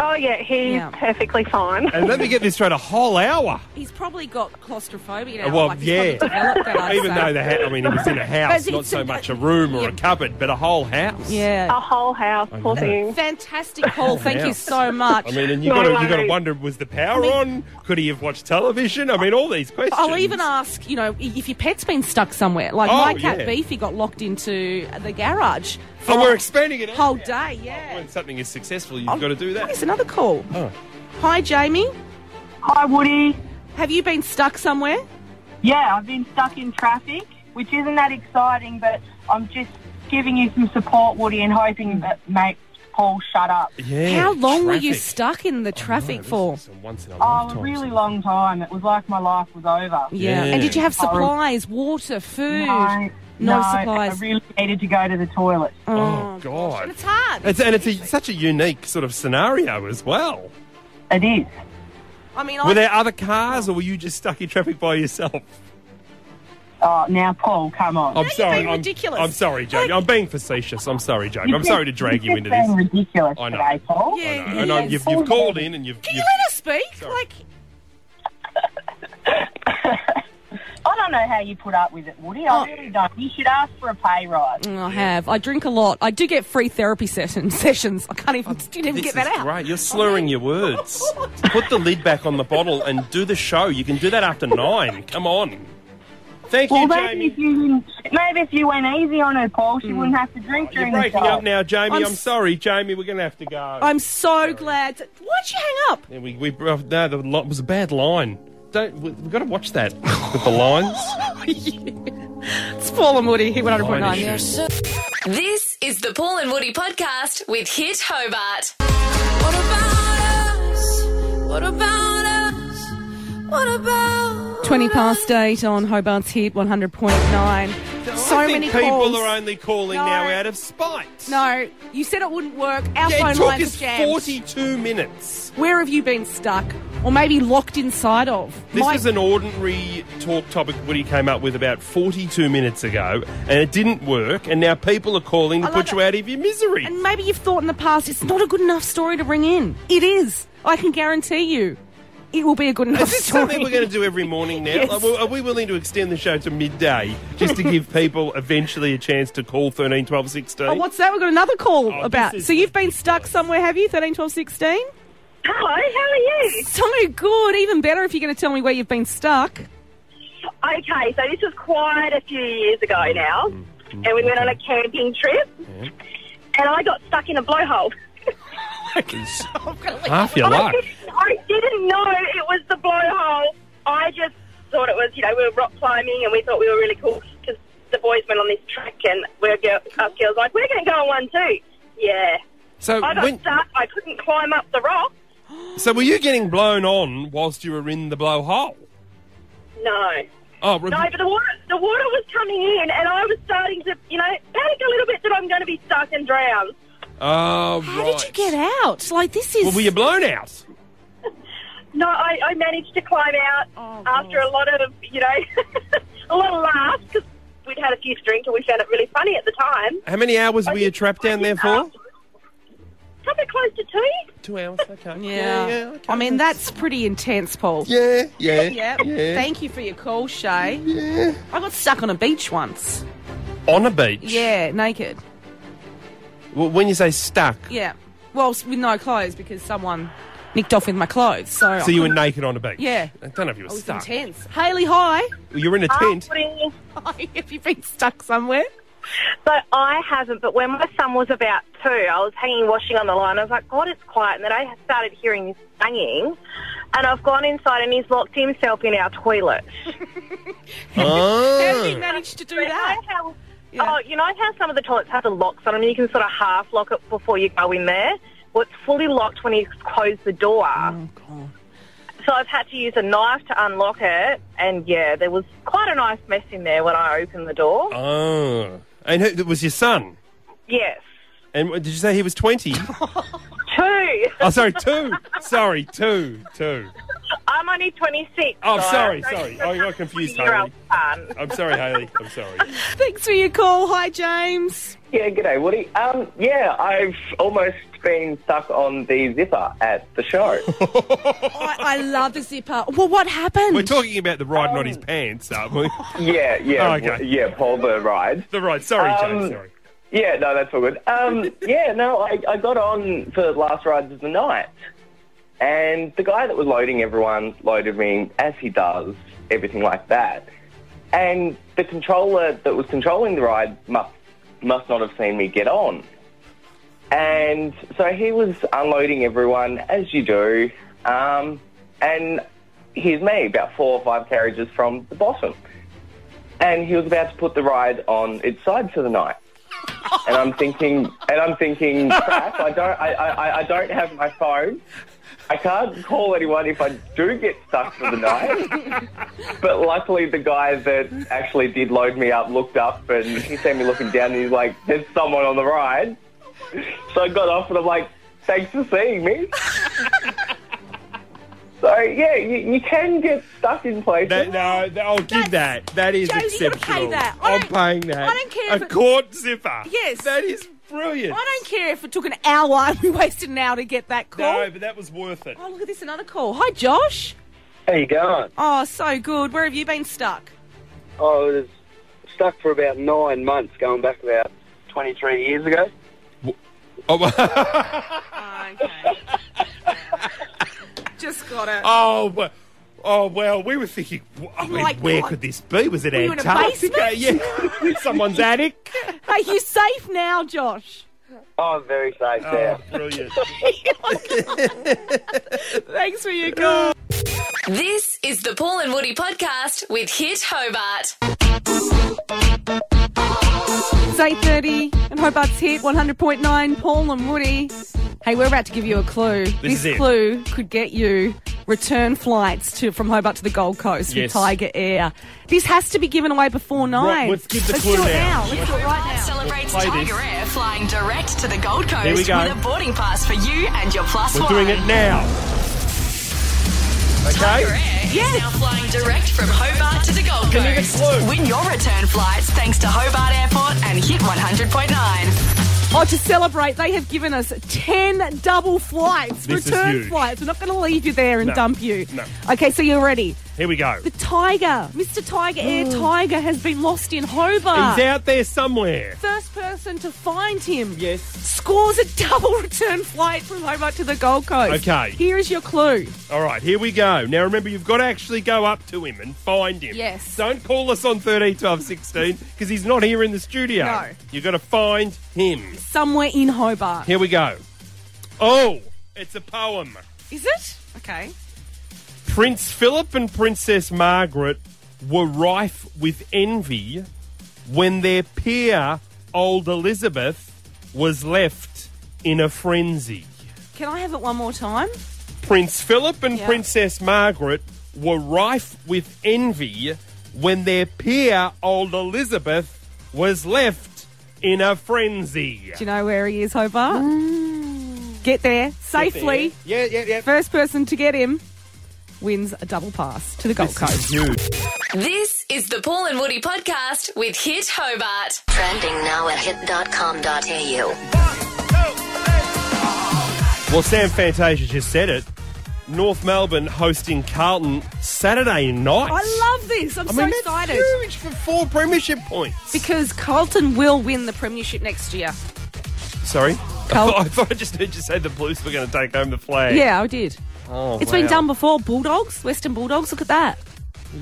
S13: Oh yeah, he's perfectly fine.
S3: And let me get this straight: a whole hour.
S2: He's probably got claustrophobia
S3: Uh,
S2: now.
S3: Well,
S2: like, he's
S3: yeah.
S2: probably developed that, I'd
S3: Even
S2: say.
S3: though the ha- I mean, he was in a house,
S2: But
S3: not
S2: it's
S3: so
S2: a-
S3: much a room or a cupboard, but a whole house.
S2: Yeah.
S13: A whole house,
S3: I
S13: poor
S3: know.
S2: Oh.
S13: thing.
S2: Fantastic call. Thank you
S3: house.
S2: so much.
S3: I mean, and you got to you got to wonder: was the power on? Could he have watched television? I mean, all these questions.
S2: I'll even ask, you know, if your pet's been stuck somewhere. Like
S3: Oh,
S2: my cat
S3: yeah.
S2: Beefy got locked into the garage.
S3: Oh, we're expanding it.
S2: Whole day, yeah.
S3: When something is successful, you've got to do that.
S2: Here's another call.
S3: Oh.
S2: Hi, Jamie.
S12: Hi, Woody.
S2: Have you been stuck somewhere?
S12: Yeah, I've been stuck in traffic, which isn't that exciting, but I'm just giving you some support, Woody, and
S3: Mm.
S12: hoping that mate Paul shut up.
S3: Yeah.
S2: How long were you
S3: traffic. Oh,
S2: stuck in the traffic for?
S3: Once in a
S12: Oh,
S3: lifetime.
S12: a really long time. It was like my life was over.
S2: Yeah. And did you have
S12: I was-
S2: supplies, water, food?
S12: Um, No,
S2: No
S12: no,
S2: supplies.
S12: I really needed to go to the toilet.
S3: Oh, God.
S2: It's hard.
S3: It's, and it's a, such a unique sort of scenario as well.
S12: It is.
S2: I mean,
S3: Were
S2: I,
S3: there other cars, or were you just stuck in traffic by yourself?
S12: Oh, now Paul, come on.
S3: I'm sorry.
S12: being
S3: I'm,
S12: ridiculous.
S3: I'm sorry, Jamie. I'm being facetious. I'm sorry, Jamie.
S12: You're
S3: I'm sorry to
S12: just-
S3: drag
S12: you're
S3: you into
S12: just
S3: this.
S12: being ridiculous
S3: I know.
S12: today, Paul.
S3: I know.
S2: Yeah,
S3: I know.
S2: yeah.
S3: You've, you've called in and you've.
S2: Can you
S3: you've
S2: let us speak? Like,
S12: I don't know how you put up with it, Woody.
S3: Oh.
S12: I really don't. You should ask for a pay rise.
S2: Mm, I have. I drink a lot. I do get free therapy session, sessions. I can't even, didn't even
S3: this
S2: get that
S3: is
S2: out.
S3: great. You're slurring your words. Put the lid back on the bottle and do the show. You can do that after nine. Come on. Thank
S12: well,
S3: you,
S12: maybe
S3: Jamie. Mm.
S12: if you maybe if you went easy on her, Paul, she wouldn't have to drink
S3: You're
S12: during the
S3: breaking
S12: show.
S3: up now, Jamie. I'm,
S12: I'm
S3: sorry, Jamie. We're going to have to go.
S2: I'm so glad. Why'd you hang up?
S3: Yeah, we, we, no, the li- it was a bad line. Don't, we, we've got to watch that with the lines.
S2: Oh It's Paul and Woody, Hit 100.9.
S3: Line issue.
S1: This is the Paul and Woody podcast with Hit Hobart.
S14: What about
S1: uh,
S14: us? What about
S2: 20 past 8 on Hobart's Hit 100.9. So
S3: I think
S2: many
S3: people
S2: calls.
S3: are only calling
S2: No.
S3: now out of spite.
S2: No, you said it wouldn't work. Our
S3: Yeah,
S2: phone
S3: it took
S2: lines
S3: us
S2: are jammed.
S3: 42 minutes.
S2: Where have you been stuck? Or maybe locked inside of?
S3: This
S2: My-
S3: is an ordinary talk topic Woody came up with about 42 minutes ago, and it didn't work, and now people are calling to
S2: I
S3: put
S2: love
S3: you
S2: it.
S3: out of your misery.
S2: And maybe you've thought in the past it's not a good enough story to bring in. It is. I can guarantee you, it will be a good enough
S3: Is this
S2: story.
S3: something we're going to do every morning now?
S2: Yes.
S3: Like, well, are we willing to extend the show to midday just to give people eventually a chance to call 13, 12, 16?
S2: Oh, what's that? We've got another call
S3: Oh,
S2: about.
S3: this is
S2: So you've been stuck somewhere, have you? 13, 12, 16?
S13: Hello, how are you?
S2: So good. Even better if you're going to tell me where you've been stuck.
S14: Okay, so this was quite a few years ago now,
S3: Mm.
S14: and we went on
S3: Mm-hmm.
S14: a camping trip, and I got stuck in a blowhole.
S3: Half your
S14: I
S3: luck.
S14: didn't- I didn't know it was the blowhole. I just thought it was, you know, we were rock climbing and we thought we were really cool because the boys went on this trek and we're girl, us girls like, we're going to go on one too. Yeah.
S3: So
S14: I got
S3: when-
S14: stuck. I couldn't climb up the rock.
S3: So were you getting blown on whilst you were in the blowhole?
S14: No.
S3: Oh, re-
S14: No, but the water, the water was coming in, and I was starting to, you know, panic a little bit that I'm going to be stuck and drown.
S3: oh
S2: How
S3: right.
S2: did you get out? Like this is.
S3: Well, were you blown out?
S14: No, I, I managed to climb out after a lot of, you know, a lot of laughs because we'd had a few drinks and we found it really funny at the time.
S3: How many hours were you trapped down there
S15: Um,
S3: for?
S14: Something close to two.
S3: Two hours, okay.
S2: Yeah. I mean, that's pretty intense, Paul.
S3: Yeah, yeah,
S2: Yep.
S3: yeah.
S2: Thank you for your call, Shay. I got stuck on a beach once.
S3: On a beach.
S2: Yeah, naked.
S3: Well, when you say stuck,
S2: Yeah. Well, s- with no clothes because someone nicked off with my clothes. So, I
S3: so you were
S2: couldn't-
S3: naked on a beach.
S2: Yeah.
S3: I don't know if you were
S2: I was Ah,
S3: stuck.
S2: intense. Haley, hi.
S3: Well, you were in a tent.
S2: Have you been stuck somewhere?
S15: But I haven't. But when my son was about two, I was hanging washing on the line. I was like, God, it's quiet. And then I started hearing this banging. And I've gone inside and he's locked himself in our toilet.
S3: Oh.
S2: manage to do
S15: that? Oh, you know how some of the toilets have the locks on them? You can sort of half lock it before you go in there. Well, it's fully locked when you close the door. So I've had to use a knife to unlock it. And yeah, there was quite a nice mess in there when I opened the door.
S3: Oh. And who, it was your son.
S15: Yes.
S3: And what- did you say he was 20?
S15: Two.
S3: oh, sorry, two. Sorry, two. Two.
S15: I'm only 26.
S3: Oh,
S15: so-
S3: sorry, sorry. I got confused, Haley. I'm sorry, Haley. I'm sorry.
S2: Thanks for your call. Hi, James.
S16: Yeah, g'day, Woody. Um, yeah, I've almost been stuck on the zipper at the show.
S2: I, I love the zipper. Well, what happened?
S3: We're talking about the ride, not his pants, aren't we?
S16: yeah, yeah,
S3: Oh, okay.
S16: yeah, Paul the ride.
S3: The ride. Sorry, James.
S16: Um,
S3: Sorry.
S16: Yeah, no, that's all good. Um, yeah, no, I, I got on for the last rides of the night, and the guy that was loading everyone loaded me as he does everything like that, and the controller that was controlling the ride must must not have seen me get on, and so he was unloading everyone as you do, um, and here's me about four or five carriages from the bottom, and he was about to put the ride on its side for the night and I'm thinking, and I'm thinking, crap! I don't, I, I, I don't have my phone. I can't call anyone if I do get stuck for the night. but luckily, the guy that actually did load me up looked up and he seen me looking down, and he's like, "There's someone on the ride." So I got off, and I'm like, "Thanks for seeing me." so yeah, you, you can get stuck in places.
S3: no, I'll give that. That is
S2: James, you gotta pay
S3: exceptional.
S2: that. I
S3: I'm
S2: don't-
S3: paying that.
S2: I don't care if
S3: A
S2: it-
S3: court zipper.
S2: Yes.
S3: That is brilliant.
S2: I don't care if it took an hour and we wasted an hour to get that call.
S3: No, but that was worth it.
S2: Oh, look at this, another call. Hi, Josh.
S17: How you going?
S2: Oh, so good. Where have you been stuck?
S17: I was stuck for about nine months, going back about 23 years ago.
S2: Just got it.
S3: Oh, but, oh well, we were thinking, w- I
S2: I'm
S3: mean,
S2: like,
S3: where
S2: what?
S3: could this be? Was it
S2: Were you in a
S3: Antarctica?
S2: basement?
S3: yeah, someone's attic.
S2: Are you safe now, Josh?
S17: Oh, I'm very safe
S3: now. Brilliant.
S2: Thanks for your call.
S1: This is the Paul and Woody podcast with Hit Hobart.
S2: It's 8.30 and Hobart's hit 100.9, Paul and Woody. Hey, we're about to give you a clue.
S3: This is it.
S2: clue could get you return flights to from Hobart to the Gold Coast
S3: Yes.
S2: with Tiger Air. This has to be given away before 9
S3: Right, let's give the
S2: Let's
S3: clue
S2: do it
S3: now.
S2: now. Let's do it right now.
S1: Celebrates
S3: Play this.
S1: Tiger Air flying direct to the Gold Coast
S3: Here we
S1: with
S3: go.
S1: a boarding pass for you and your plus
S3: We're
S1: one.
S3: doing it now.
S1: Tiger
S3: Okay.
S1: Air is now flying direct from Hobart to the Gold
S3: Can you get
S1: Coast.
S3: flew?
S1: Win your return flights thanks to Hobart Airport and Hit 100.9.
S2: Oh, to celebrate, they have given us 10 double flights,
S3: This is
S2: return
S3: huge.
S2: flights. We're not going to leave you there and
S3: No,
S2: dump you.
S3: no.
S2: Okay, so you're ready.
S3: Here we go.
S2: The Tiger, Mr. Tiger Air Tiger, has been lost in Hobart.
S3: He's out there somewhere.
S2: First person to find him.
S3: Yes.
S2: Scores a double return flight from Hobart to the Gold Coast.
S3: Okay.
S2: Here is your clue.
S3: All right, here we go. Now remember, you've got to actually go up to him and find him.
S2: Yes.
S3: Don't call us on 13, 12, 16 because he's not here in the studio.
S2: No.
S3: You've got to find him.
S2: Somewhere in Hobart.
S3: Here we go. Oh, it's a poem.
S2: Is it? Okay.
S3: Prince Philip and Princess Margaret were rife with envy when their peer, old Elizabeth, was left in a frenzy.
S2: Can I have it one more time?
S3: Prince Philip and Princess Margaret were rife with envy when their peer, old Elizabeth, was left in a frenzy.
S2: Do you know where he is, Hobart? Get there safely.
S3: Yeah, yeah, yeah.
S2: First person to get him wins a double pass to the Gold Coast.
S1: This is the Paul and Woody podcast with Hit Hobart.
S6: Trending now at hit.com.au.
S3: Well, Sam Fantasia just said it. North Melbourne hosting Carlton Saturday night.
S2: I love this. I'm
S3: I
S2: so
S3: mean, that's
S2: excited.
S3: huge for four premiership points.
S2: Because Carlton will win the premiership next year.
S3: Sorry?
S2: Carl-
S3: I, thought, I thought I just heard you say the Blues were going to take home the flag.
S2: Yeah, I did.
S3: Oh,
S2: It's
S3: wow.
S2: been done before. Bulldogs, Western Bulldogs, look at that.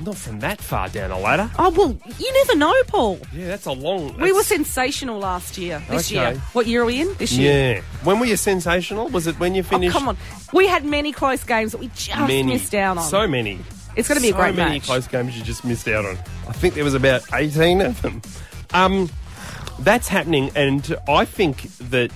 S3: Not from that far down a ladder.
S2: Oh, well, you never know, Paul.
S3: Yeah, that's a long.
S2: We
S3: that's-
S2: were sensational last year. This
S3: Okay.
S2: year. What year are we in? This year.
S3: Yeah. When were you sensational? Was it when you finished?
S2: Oh, Come on. We had many close games that we just
S3: many,
S2: missed out on.
S3: So many.
S2: It's gonna be a
S3: so
S2: great
S3: many
S2: match.
S3: close games you just missed out on. I think there was about eighteen of them. Um, that's happening, and I think that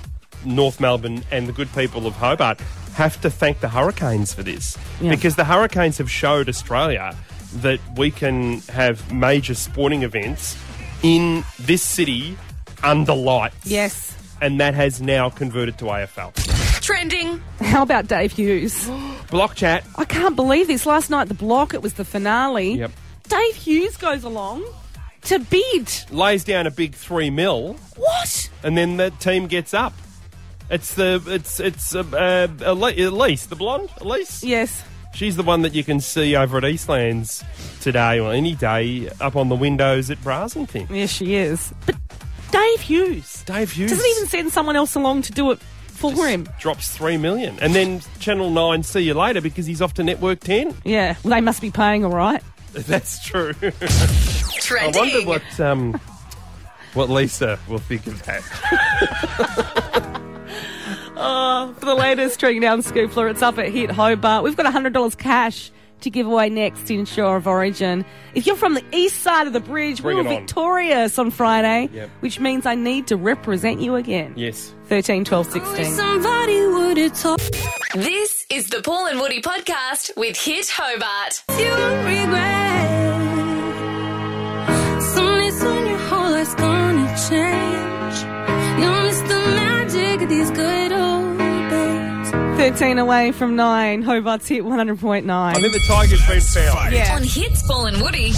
S3: North Melbourne and the good people of Hobart have to thank the Hurricanes for this
S18: Yeah.
S3: because the Hurricanes have showed Australia that we can have major sporting events in this city under lights.
S2: Yes.
S3: And that has now converted to AFL.
S2: Trending. How about Dave Hughes?
S3: Block chat.
S2: I can't believe this. Last night, the block, it was the finale.
S3: Yep.
S2: Dave Hughes goes along to bid.
S3: lays down a big three mil.
S2: What?
S3: And then the team gets up. It's the it's it's uh, uh, Elise, Elise, the blonde Elise.
S2: Yes,
S3: she's the one that you can see over at Eastlands today or any day up on the windows at Brazenthing.
S2: Yes, she is. But Dave Hughes.
S3: Dave Hughes
S2: Doesn't even send someone else along to do it for him.
S3: drops three million, and then Channel Nine see you later because he's off to Network Ten.
S2: Yeah, well, they must be paying all right.
S3: That's true. I
S2: Trending.
S3: wonder what um what Lisa will think of that.
S2: Oh, for the latest Trending Down Scoopler, it's up at Hit Hobart. We've got $100 cash to give away next in Shore of Origin. If you're from the east side of the bridge,
S3: Bring
S2: we
S3: it
S2: were
S3: on.
S2: victorious on Friday,
S3: Yep.
S2: which means I need to represent you again.
S3: Yes.
S2: 13, 12, 16.
S1: Somebody would have told. This is the Paul and Woody podcast with Hit Hobart. You regret.
S19: Someday soon your whole life's gonna change. You'll miss the magic of these good old days.
S2: 13 away from 9. Hobart's hit 100.9.
S3: I think the Tigers been found.
S2: Yeah.
S1: On Hits Paul and Woody.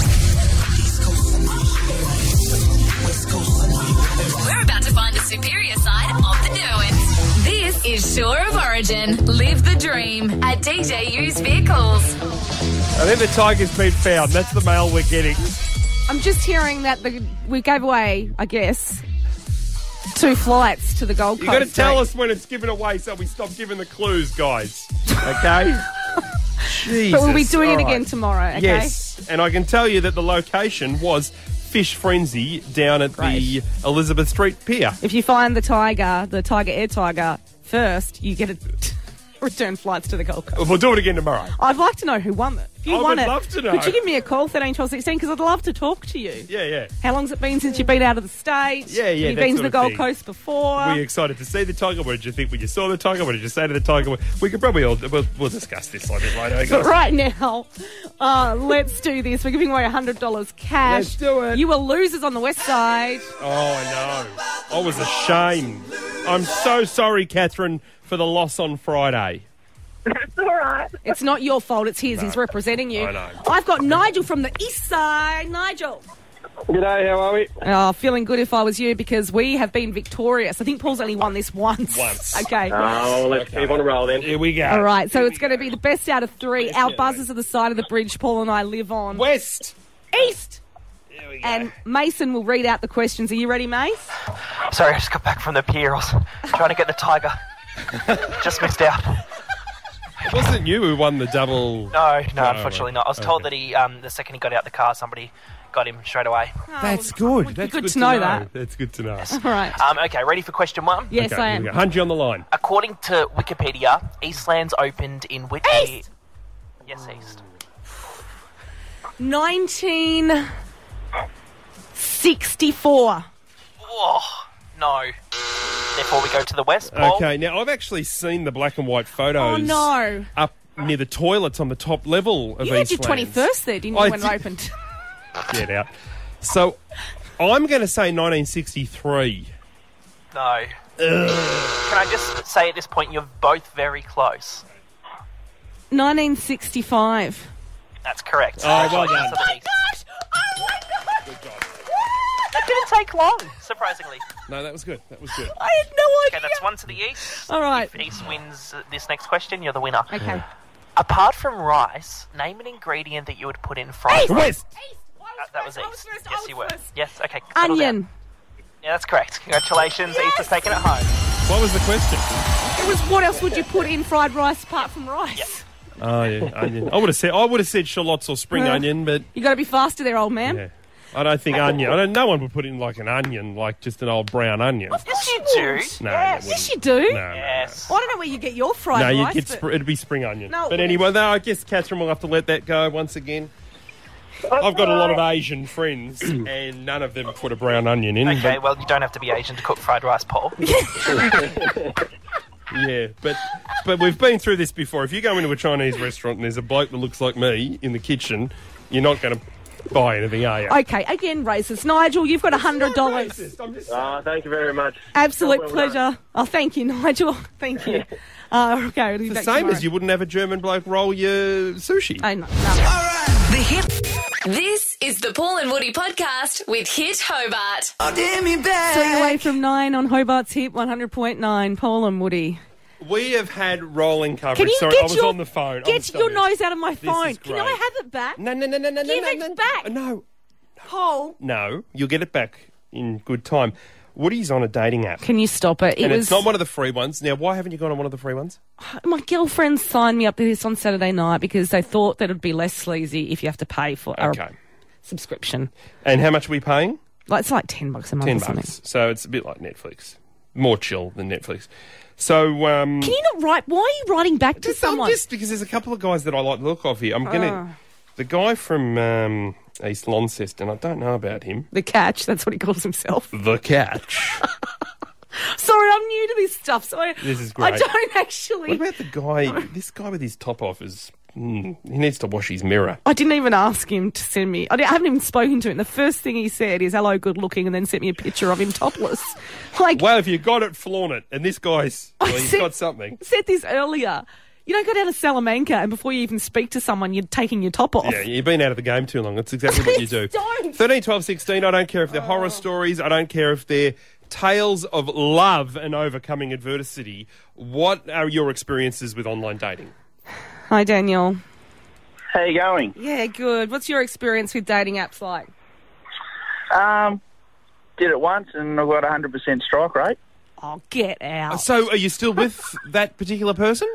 S1: We're about to find the superior side of the Derwents. This is Shore of Origin. Live the dream at DJ Used Vehicles.
S3: I think the Tigers been found. That's the mail we're getting.
S2: I'm just hearing that the we gave away, I guess, two flights to the Gold
S3: You
S2: Coast.
S3: got to tell
S2: right?
S3: us when it's given away, so we stop giving the clues, guys. Okay. Jesus.
S2: but we'll be doing
S3: All
S2: it
S3: right.
S2: again tomorrow. Okay.
S3: Yes, and I can tell you that the location was Fish Frenzy down at the Elizabeth Street Pier.
S2: If you find the tiger, the Tiger Air Tiger first, you get a return flights to the Gold Coast.
S3: We'll do it again tomorrow.
S2: I'd like to know who won it. If you
S3: I
S2: won
S3: would
S2: it,
S3: love to know.
S2: could you give me a call 13, 12, 16? Because I'd love to talk to you.
S3: Yeah, yeah.
S2: How long's it been since you've been out of the state?
S3: Yeah, yeah,
S2: You've
S3: that
S2: been
S3: sort
S2: to the
S3: of
S2: Gold
S3: thing.
S2: Coast before.
S3: Were you excited to see the tiger? What did you think when you saw the tiger? What did you say to the tiger? We could probably all we'll, we'll discuss this a bit later.
S2: But right now, uh, let's do this. We're giving away $100 cash.
S3: Let's do it.
S2: You were losers on the west side.
S3: Oh, I know. I was ashamed. I'm so sorry, Catherine, for the loss on Friday.
S2: That's all right. It's not your fault, it's his.
S3: No.
S2: He's representing you.
S3: I know.
S2: I've got Nigel from the east side. Nigel.
S17: G'day, how are we?
S2: Oh, feeling good if I was you because we have been victorious. I think Paul's only won this once.
S17: Once.
S2: Okay.
S17: Oh, let's keep on a roll then.
S3: Here we go.
S2: All right, so it's going to be the best out of three. Our buzzers are the side of the bridge Paul and I live on.
S3: West.
S2: East. And Mason will read out the questions. Are you ready, Mace?
S20: Sorry, I just got back from the pier. I was trying to get the tiger. just missed out.
S3: It wasn't you who won the double.
S20: No,
S2: Oh,
S20: no,
S3: right.
S20: unfortunately not. I was told that he, um, the second he got out the car, somebody got him straight away.
S3: That's good. That's
S20: good to know that.
S3: That's good to know.
S20: All Um, okay, ready for question one?
S3: Okay, here we go. Hunji on the line.
S20: According to Wikipedia, Eastlands opened in which year? Yes, East.
S2: 1964.
S20: Whoa, Oh, no. Therefore, we go to the West. Paul.
S3: Okay, now I've actually seen the black and white
S2: Oh,
S3: photos
S2: no.
S3: up near the toilets on the top level of
S2: You had
S3: East
S2: your twenty
S3: Lands.
S2: first there, didn't you,
S3: I
S2: when it
S3: did-
S2: opened?
S3: Get out. So I'm going to say 1963.
S20: No. Can I just say at this point, you're both very close.
S2: Nineteen sixty five.
S20: That's correct.
S2: Oh, well
S20: Congratulations
S2: done.
S20: on the piece. That didn't take long, surprisingly.
S3: No, that was good. That was good.
S2: I had no
S20: Okay, that's one to the east.
S2: All right.
S20: If East wins uh, this next question, you're the winner.
S2: Okay.
S20: Apart from rice, name an ingredient that you would put in fried
S2: East!
S20: rice.
S2: West!
S20: Uh, that was east. Yes, you were. Yes, okay. settle down.
S2: Onion.
S20: Yeah, that's correct. Congratulations. East has taken it home.
S3: What was the question?
S2: It was what else would you put in fried rice apart from rice?
S3: Oh, yeah, onion. I would have said I would have said shallots or spring
S2: Yeah.
S3: onion, but
S2: You got to be faster there, old man.
S3: yeah, I don't think onion. I don't, no one would put in like an onion, like just an old brown onion.
S2: Yes, you
S3: do. No,
S2: yes.
S3: you
S2: you do.
S3: No, no,
S20: yes.
S2: I don't know where you get your fried
S3: no, you'd
S2: rice.
S3: get
S2: but-
S3: spr- it'd be spring onion.
S2: No, it
S3: but
S2: wouldn't.
S3: anyway, no, I guess Catherine will have to let that go once again. I've got a lot of Asian friends, and none of them put a brown onion in.
S20: Okay,
S3: but,
S20: well, you don't have to be Asian to cook fried rice, Paul.
S3: yeah, but but we've been through this before. If you go into a Chinese restaurant and there's a bloke that looks like me in the kitchen, you're not going to buy anything, are you?
S2: Okay, again, racist. Nigel, you've got a hundred dollars.
S17: Ah, thank you very much.
S2: Absolute
S17: Well done.
S2: pleasure. Oh, thank you, Nigel. Thank you. Uh, okay,
S3: It's the same as you wouldn't have a German bloke roll your sushi.
S2: I know.
S1: The hit. This is the Paul and Woody podcast with Hit Hobart.
S2: Oh, dear me Three away from nine on Hobart's hit, one hundred point nine. Paul and Woody.
S3: We have had rolling coverage.
S2: Can you
S3: Sorry,
S2: get
S3: I was
S2: your-
S3: on the phone. I'm
S2: Get your
S3: sorry.
S2: nose out of my
S3: This is
S2: phone. Can I
S3: great.
S2: have it back?
S3: No, no, no, no, no,
S2: Give
S3: no,
S2: it
S3: no.
S2: back.
S3: No.
S2: Paul.
S3: No, you'll get it back in good time. Woody's on a dating app.
S2: Can you stop it? It
S3: and
S2: was
S3: it's not one of the free ones. Now, why haven't you gone on one of the free ones?
S2: my girlfriend signed me up to this on Saturday night because they thought that it'd be less sleazy if you have to pay for a
S3: Okay.
S2: subscription.
S3: And how much are we paying?
S2: Like it's like ten bucks a month.
S3: Ten
S2: or
S3: bucks.
S2: something.
S3: So it's a bit like Netflix. More chill than Netflix. So um,
S2: Can you not write? Why are you writing back to
S3: I'm
S2: someone?
S3: just because there's a couple of guys that I like the look of here. I'm gonna
S2: Ah.
S3: the guy from um, East Launceston. I don't know about him.
S2: The catch. That's what he calls himself.
S3: The catch.
S2: Sorry, I'm new to this stuff, so I,
S3: This is
S2: I
S3: great.
S2: don't actually.
S3: What about the guy? This guy with his top off is. Mm, he needs to wash his mirror.
S2: I didn't even ask him to send me. I, didn't- I haven't even spoken to him. The first thing he said is "hello, good looking," and then sent me a picture of him topless. Like
S3: Well, if you got it, flaunt it. And this guy's. Well, he's
S2: said-
S3: got something.
S2: said this earlier. You don't go down to Salamanca, and before you even speak to someone, you're taking your top off.
S3: Yeah, you've been out of the game too long. That's exactly what you do.
S2: Don't.
S3: 13, 12, 16. I don't care if they're horror stories. I don't care if they're tales of love and overcoming adversity. What are your experiences with online dating?
S2: Hi, Daniel.
S18: How you going?
S2: Yeah, good. What's your experience with dating apps like?
S18: Um, did it once and I got a hundred percent strike rate.
S2: Oh, get out!
S3: So, are you still with that particular person?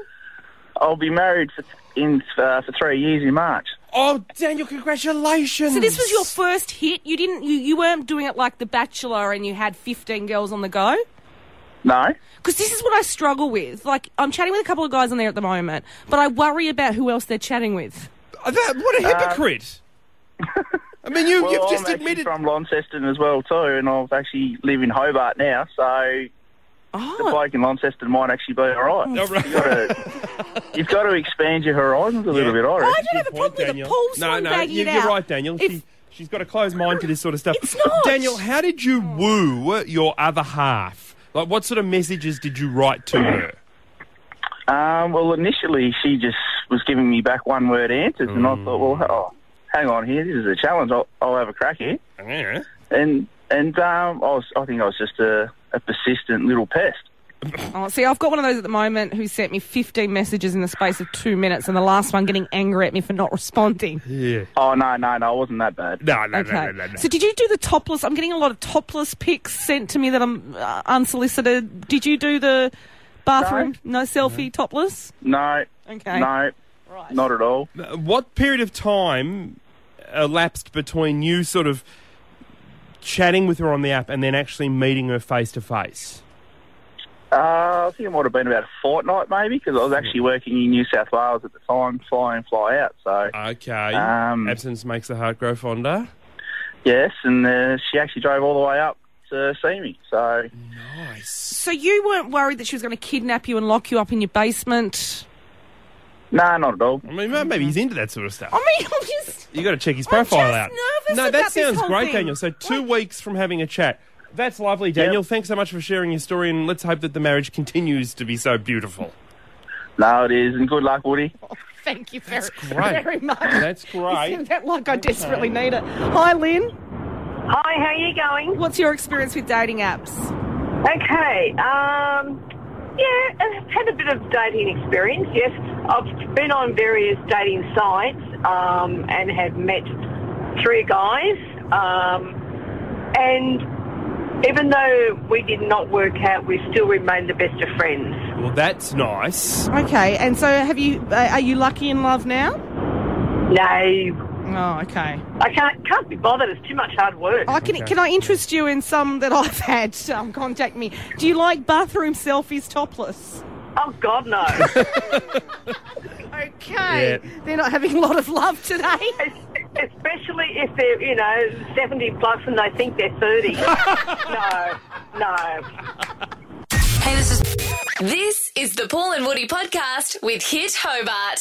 S18: I'll be married for in uh, for three years in March.
S3: Oh, Daniel, congratulations!
S2: So this was your first hit. You didn't. You, you weren't doing it like The Bachelor, and you had fifteen girls on the go.
S18: No,
S2: Because this is what I struggle with. Like I'm chatting with a couple of guys on there at the moment, but I worry about who else they're chatting with.
S3: Uh, That, what a hypocrite! I mean, you,
S18: Um, well,
S3: you've
S18: I'm
S3: just
S18: actually
S3: admitted.
S18: from Launceston as well too, and I've actually live in Hobart now, so.
S3: Oh.
S18: The bloke in Launceston might actually be all right. You've, got to, you've got to expand your horizons a little bit, I reckon.
S2: don't have a problem with
S3: Daniel.
S2: a Paul
S3: No,
S2: Swan
S3: no,
S2: bagging
S3: you,
S2: it
S3: you're
S2: out.
S3: right, Daniel. She, she's got a closed mind to this sort of stuff.
S2: It's not.
S3: Daniel, how did you woo your other half? Like, what sort of messages did you write to her?
S18: Um, well, initially she just was giving me back one word answers, and I thought, well, oh, hang on here, this is a challenge. I'll, I'll have a crack here.
S3: Yeah.
S18: And and um, I was, I think I was just a, a persistent little pest.
S2: Oh, see, I've got one of those at the moment who sent me 15 messages in the space of two minutes, and the last one getting angry at me for not responding.
S3: Yeah.
S18: Oh no, no, no, I wasn't that bad.
S3: No, no,
S2: Okay. So, did you do the topless? I'm getting a lot of topless pics sent to me that I'm uh, unsolicited. Did you do the bathroom, no, selfie, topless?
S18: no,
S2: Okay.
S18: no, not at all.
S3: Uh, What period of time elapsed between you sort of chatting with her on the app and then actually meeting her face to face?
S18: Uh, I think it might have been about a fortnight, maybe, because I was actually working in New South Wales at the time, fly in, fly out. So
S3: Okay.
S18: Um,
S3: Absence makes the heart grow fonder.
S18: yes, and uh, she actually drove all the way up to see me. So
S3: Nice.
S2: So, you weren't worried that she was going to kidnap you and lock you up in your basement?
S18: Nah, not at all.
S3: I mean, ma- maybe he's into that sort of stuff.
S2: mean, I'm just.
S3: You got to check his profile
S2: just
S3: out.
S2: nervous
S3: no, that
S2: about this
S3: sounds
S2: whole
S3: great,
S2: thing.
S3: Daniel. So two weeks from having a chat. That's lovely, Daniel. Thanks so much for sharing your story, and let's hope that the marriage continues to be so beautiful.
S18: No, it is. And good luck, Woody.
S2: Thank you very,
S3: great.
S2: very much.
S3: That's
S2: You said that like I desperately need it. Hi, Lynn.
S14: Hi, how are you going?
S2: What's your experience with dating apps?
S14: Okay. Um, yeah, I've had a bit of dating experience. Yes, I've been on various dating sites um, and have met three guys. Um, and even though we did not work out, we still remain the best of friends.
S3: Well, that's nice.
S2: Okay, and so have you? Uh, are you lucky in love now?
S14: No.
S2: Oh, okay.
S14: I can't can't be bothered. It's too much hard work.
S2: I can can I interest you in some that I've had? Um, contact me. Do you like bathroom selfies topless?
S14: Oh God, no.
S2: okay, they're not having a lot of love today.
S14: Especially if they're, you know, 70 plus and they think they're 30. no, no.
S1: Hey, this is this is the Paul and Woody podcast with Hit Hobart.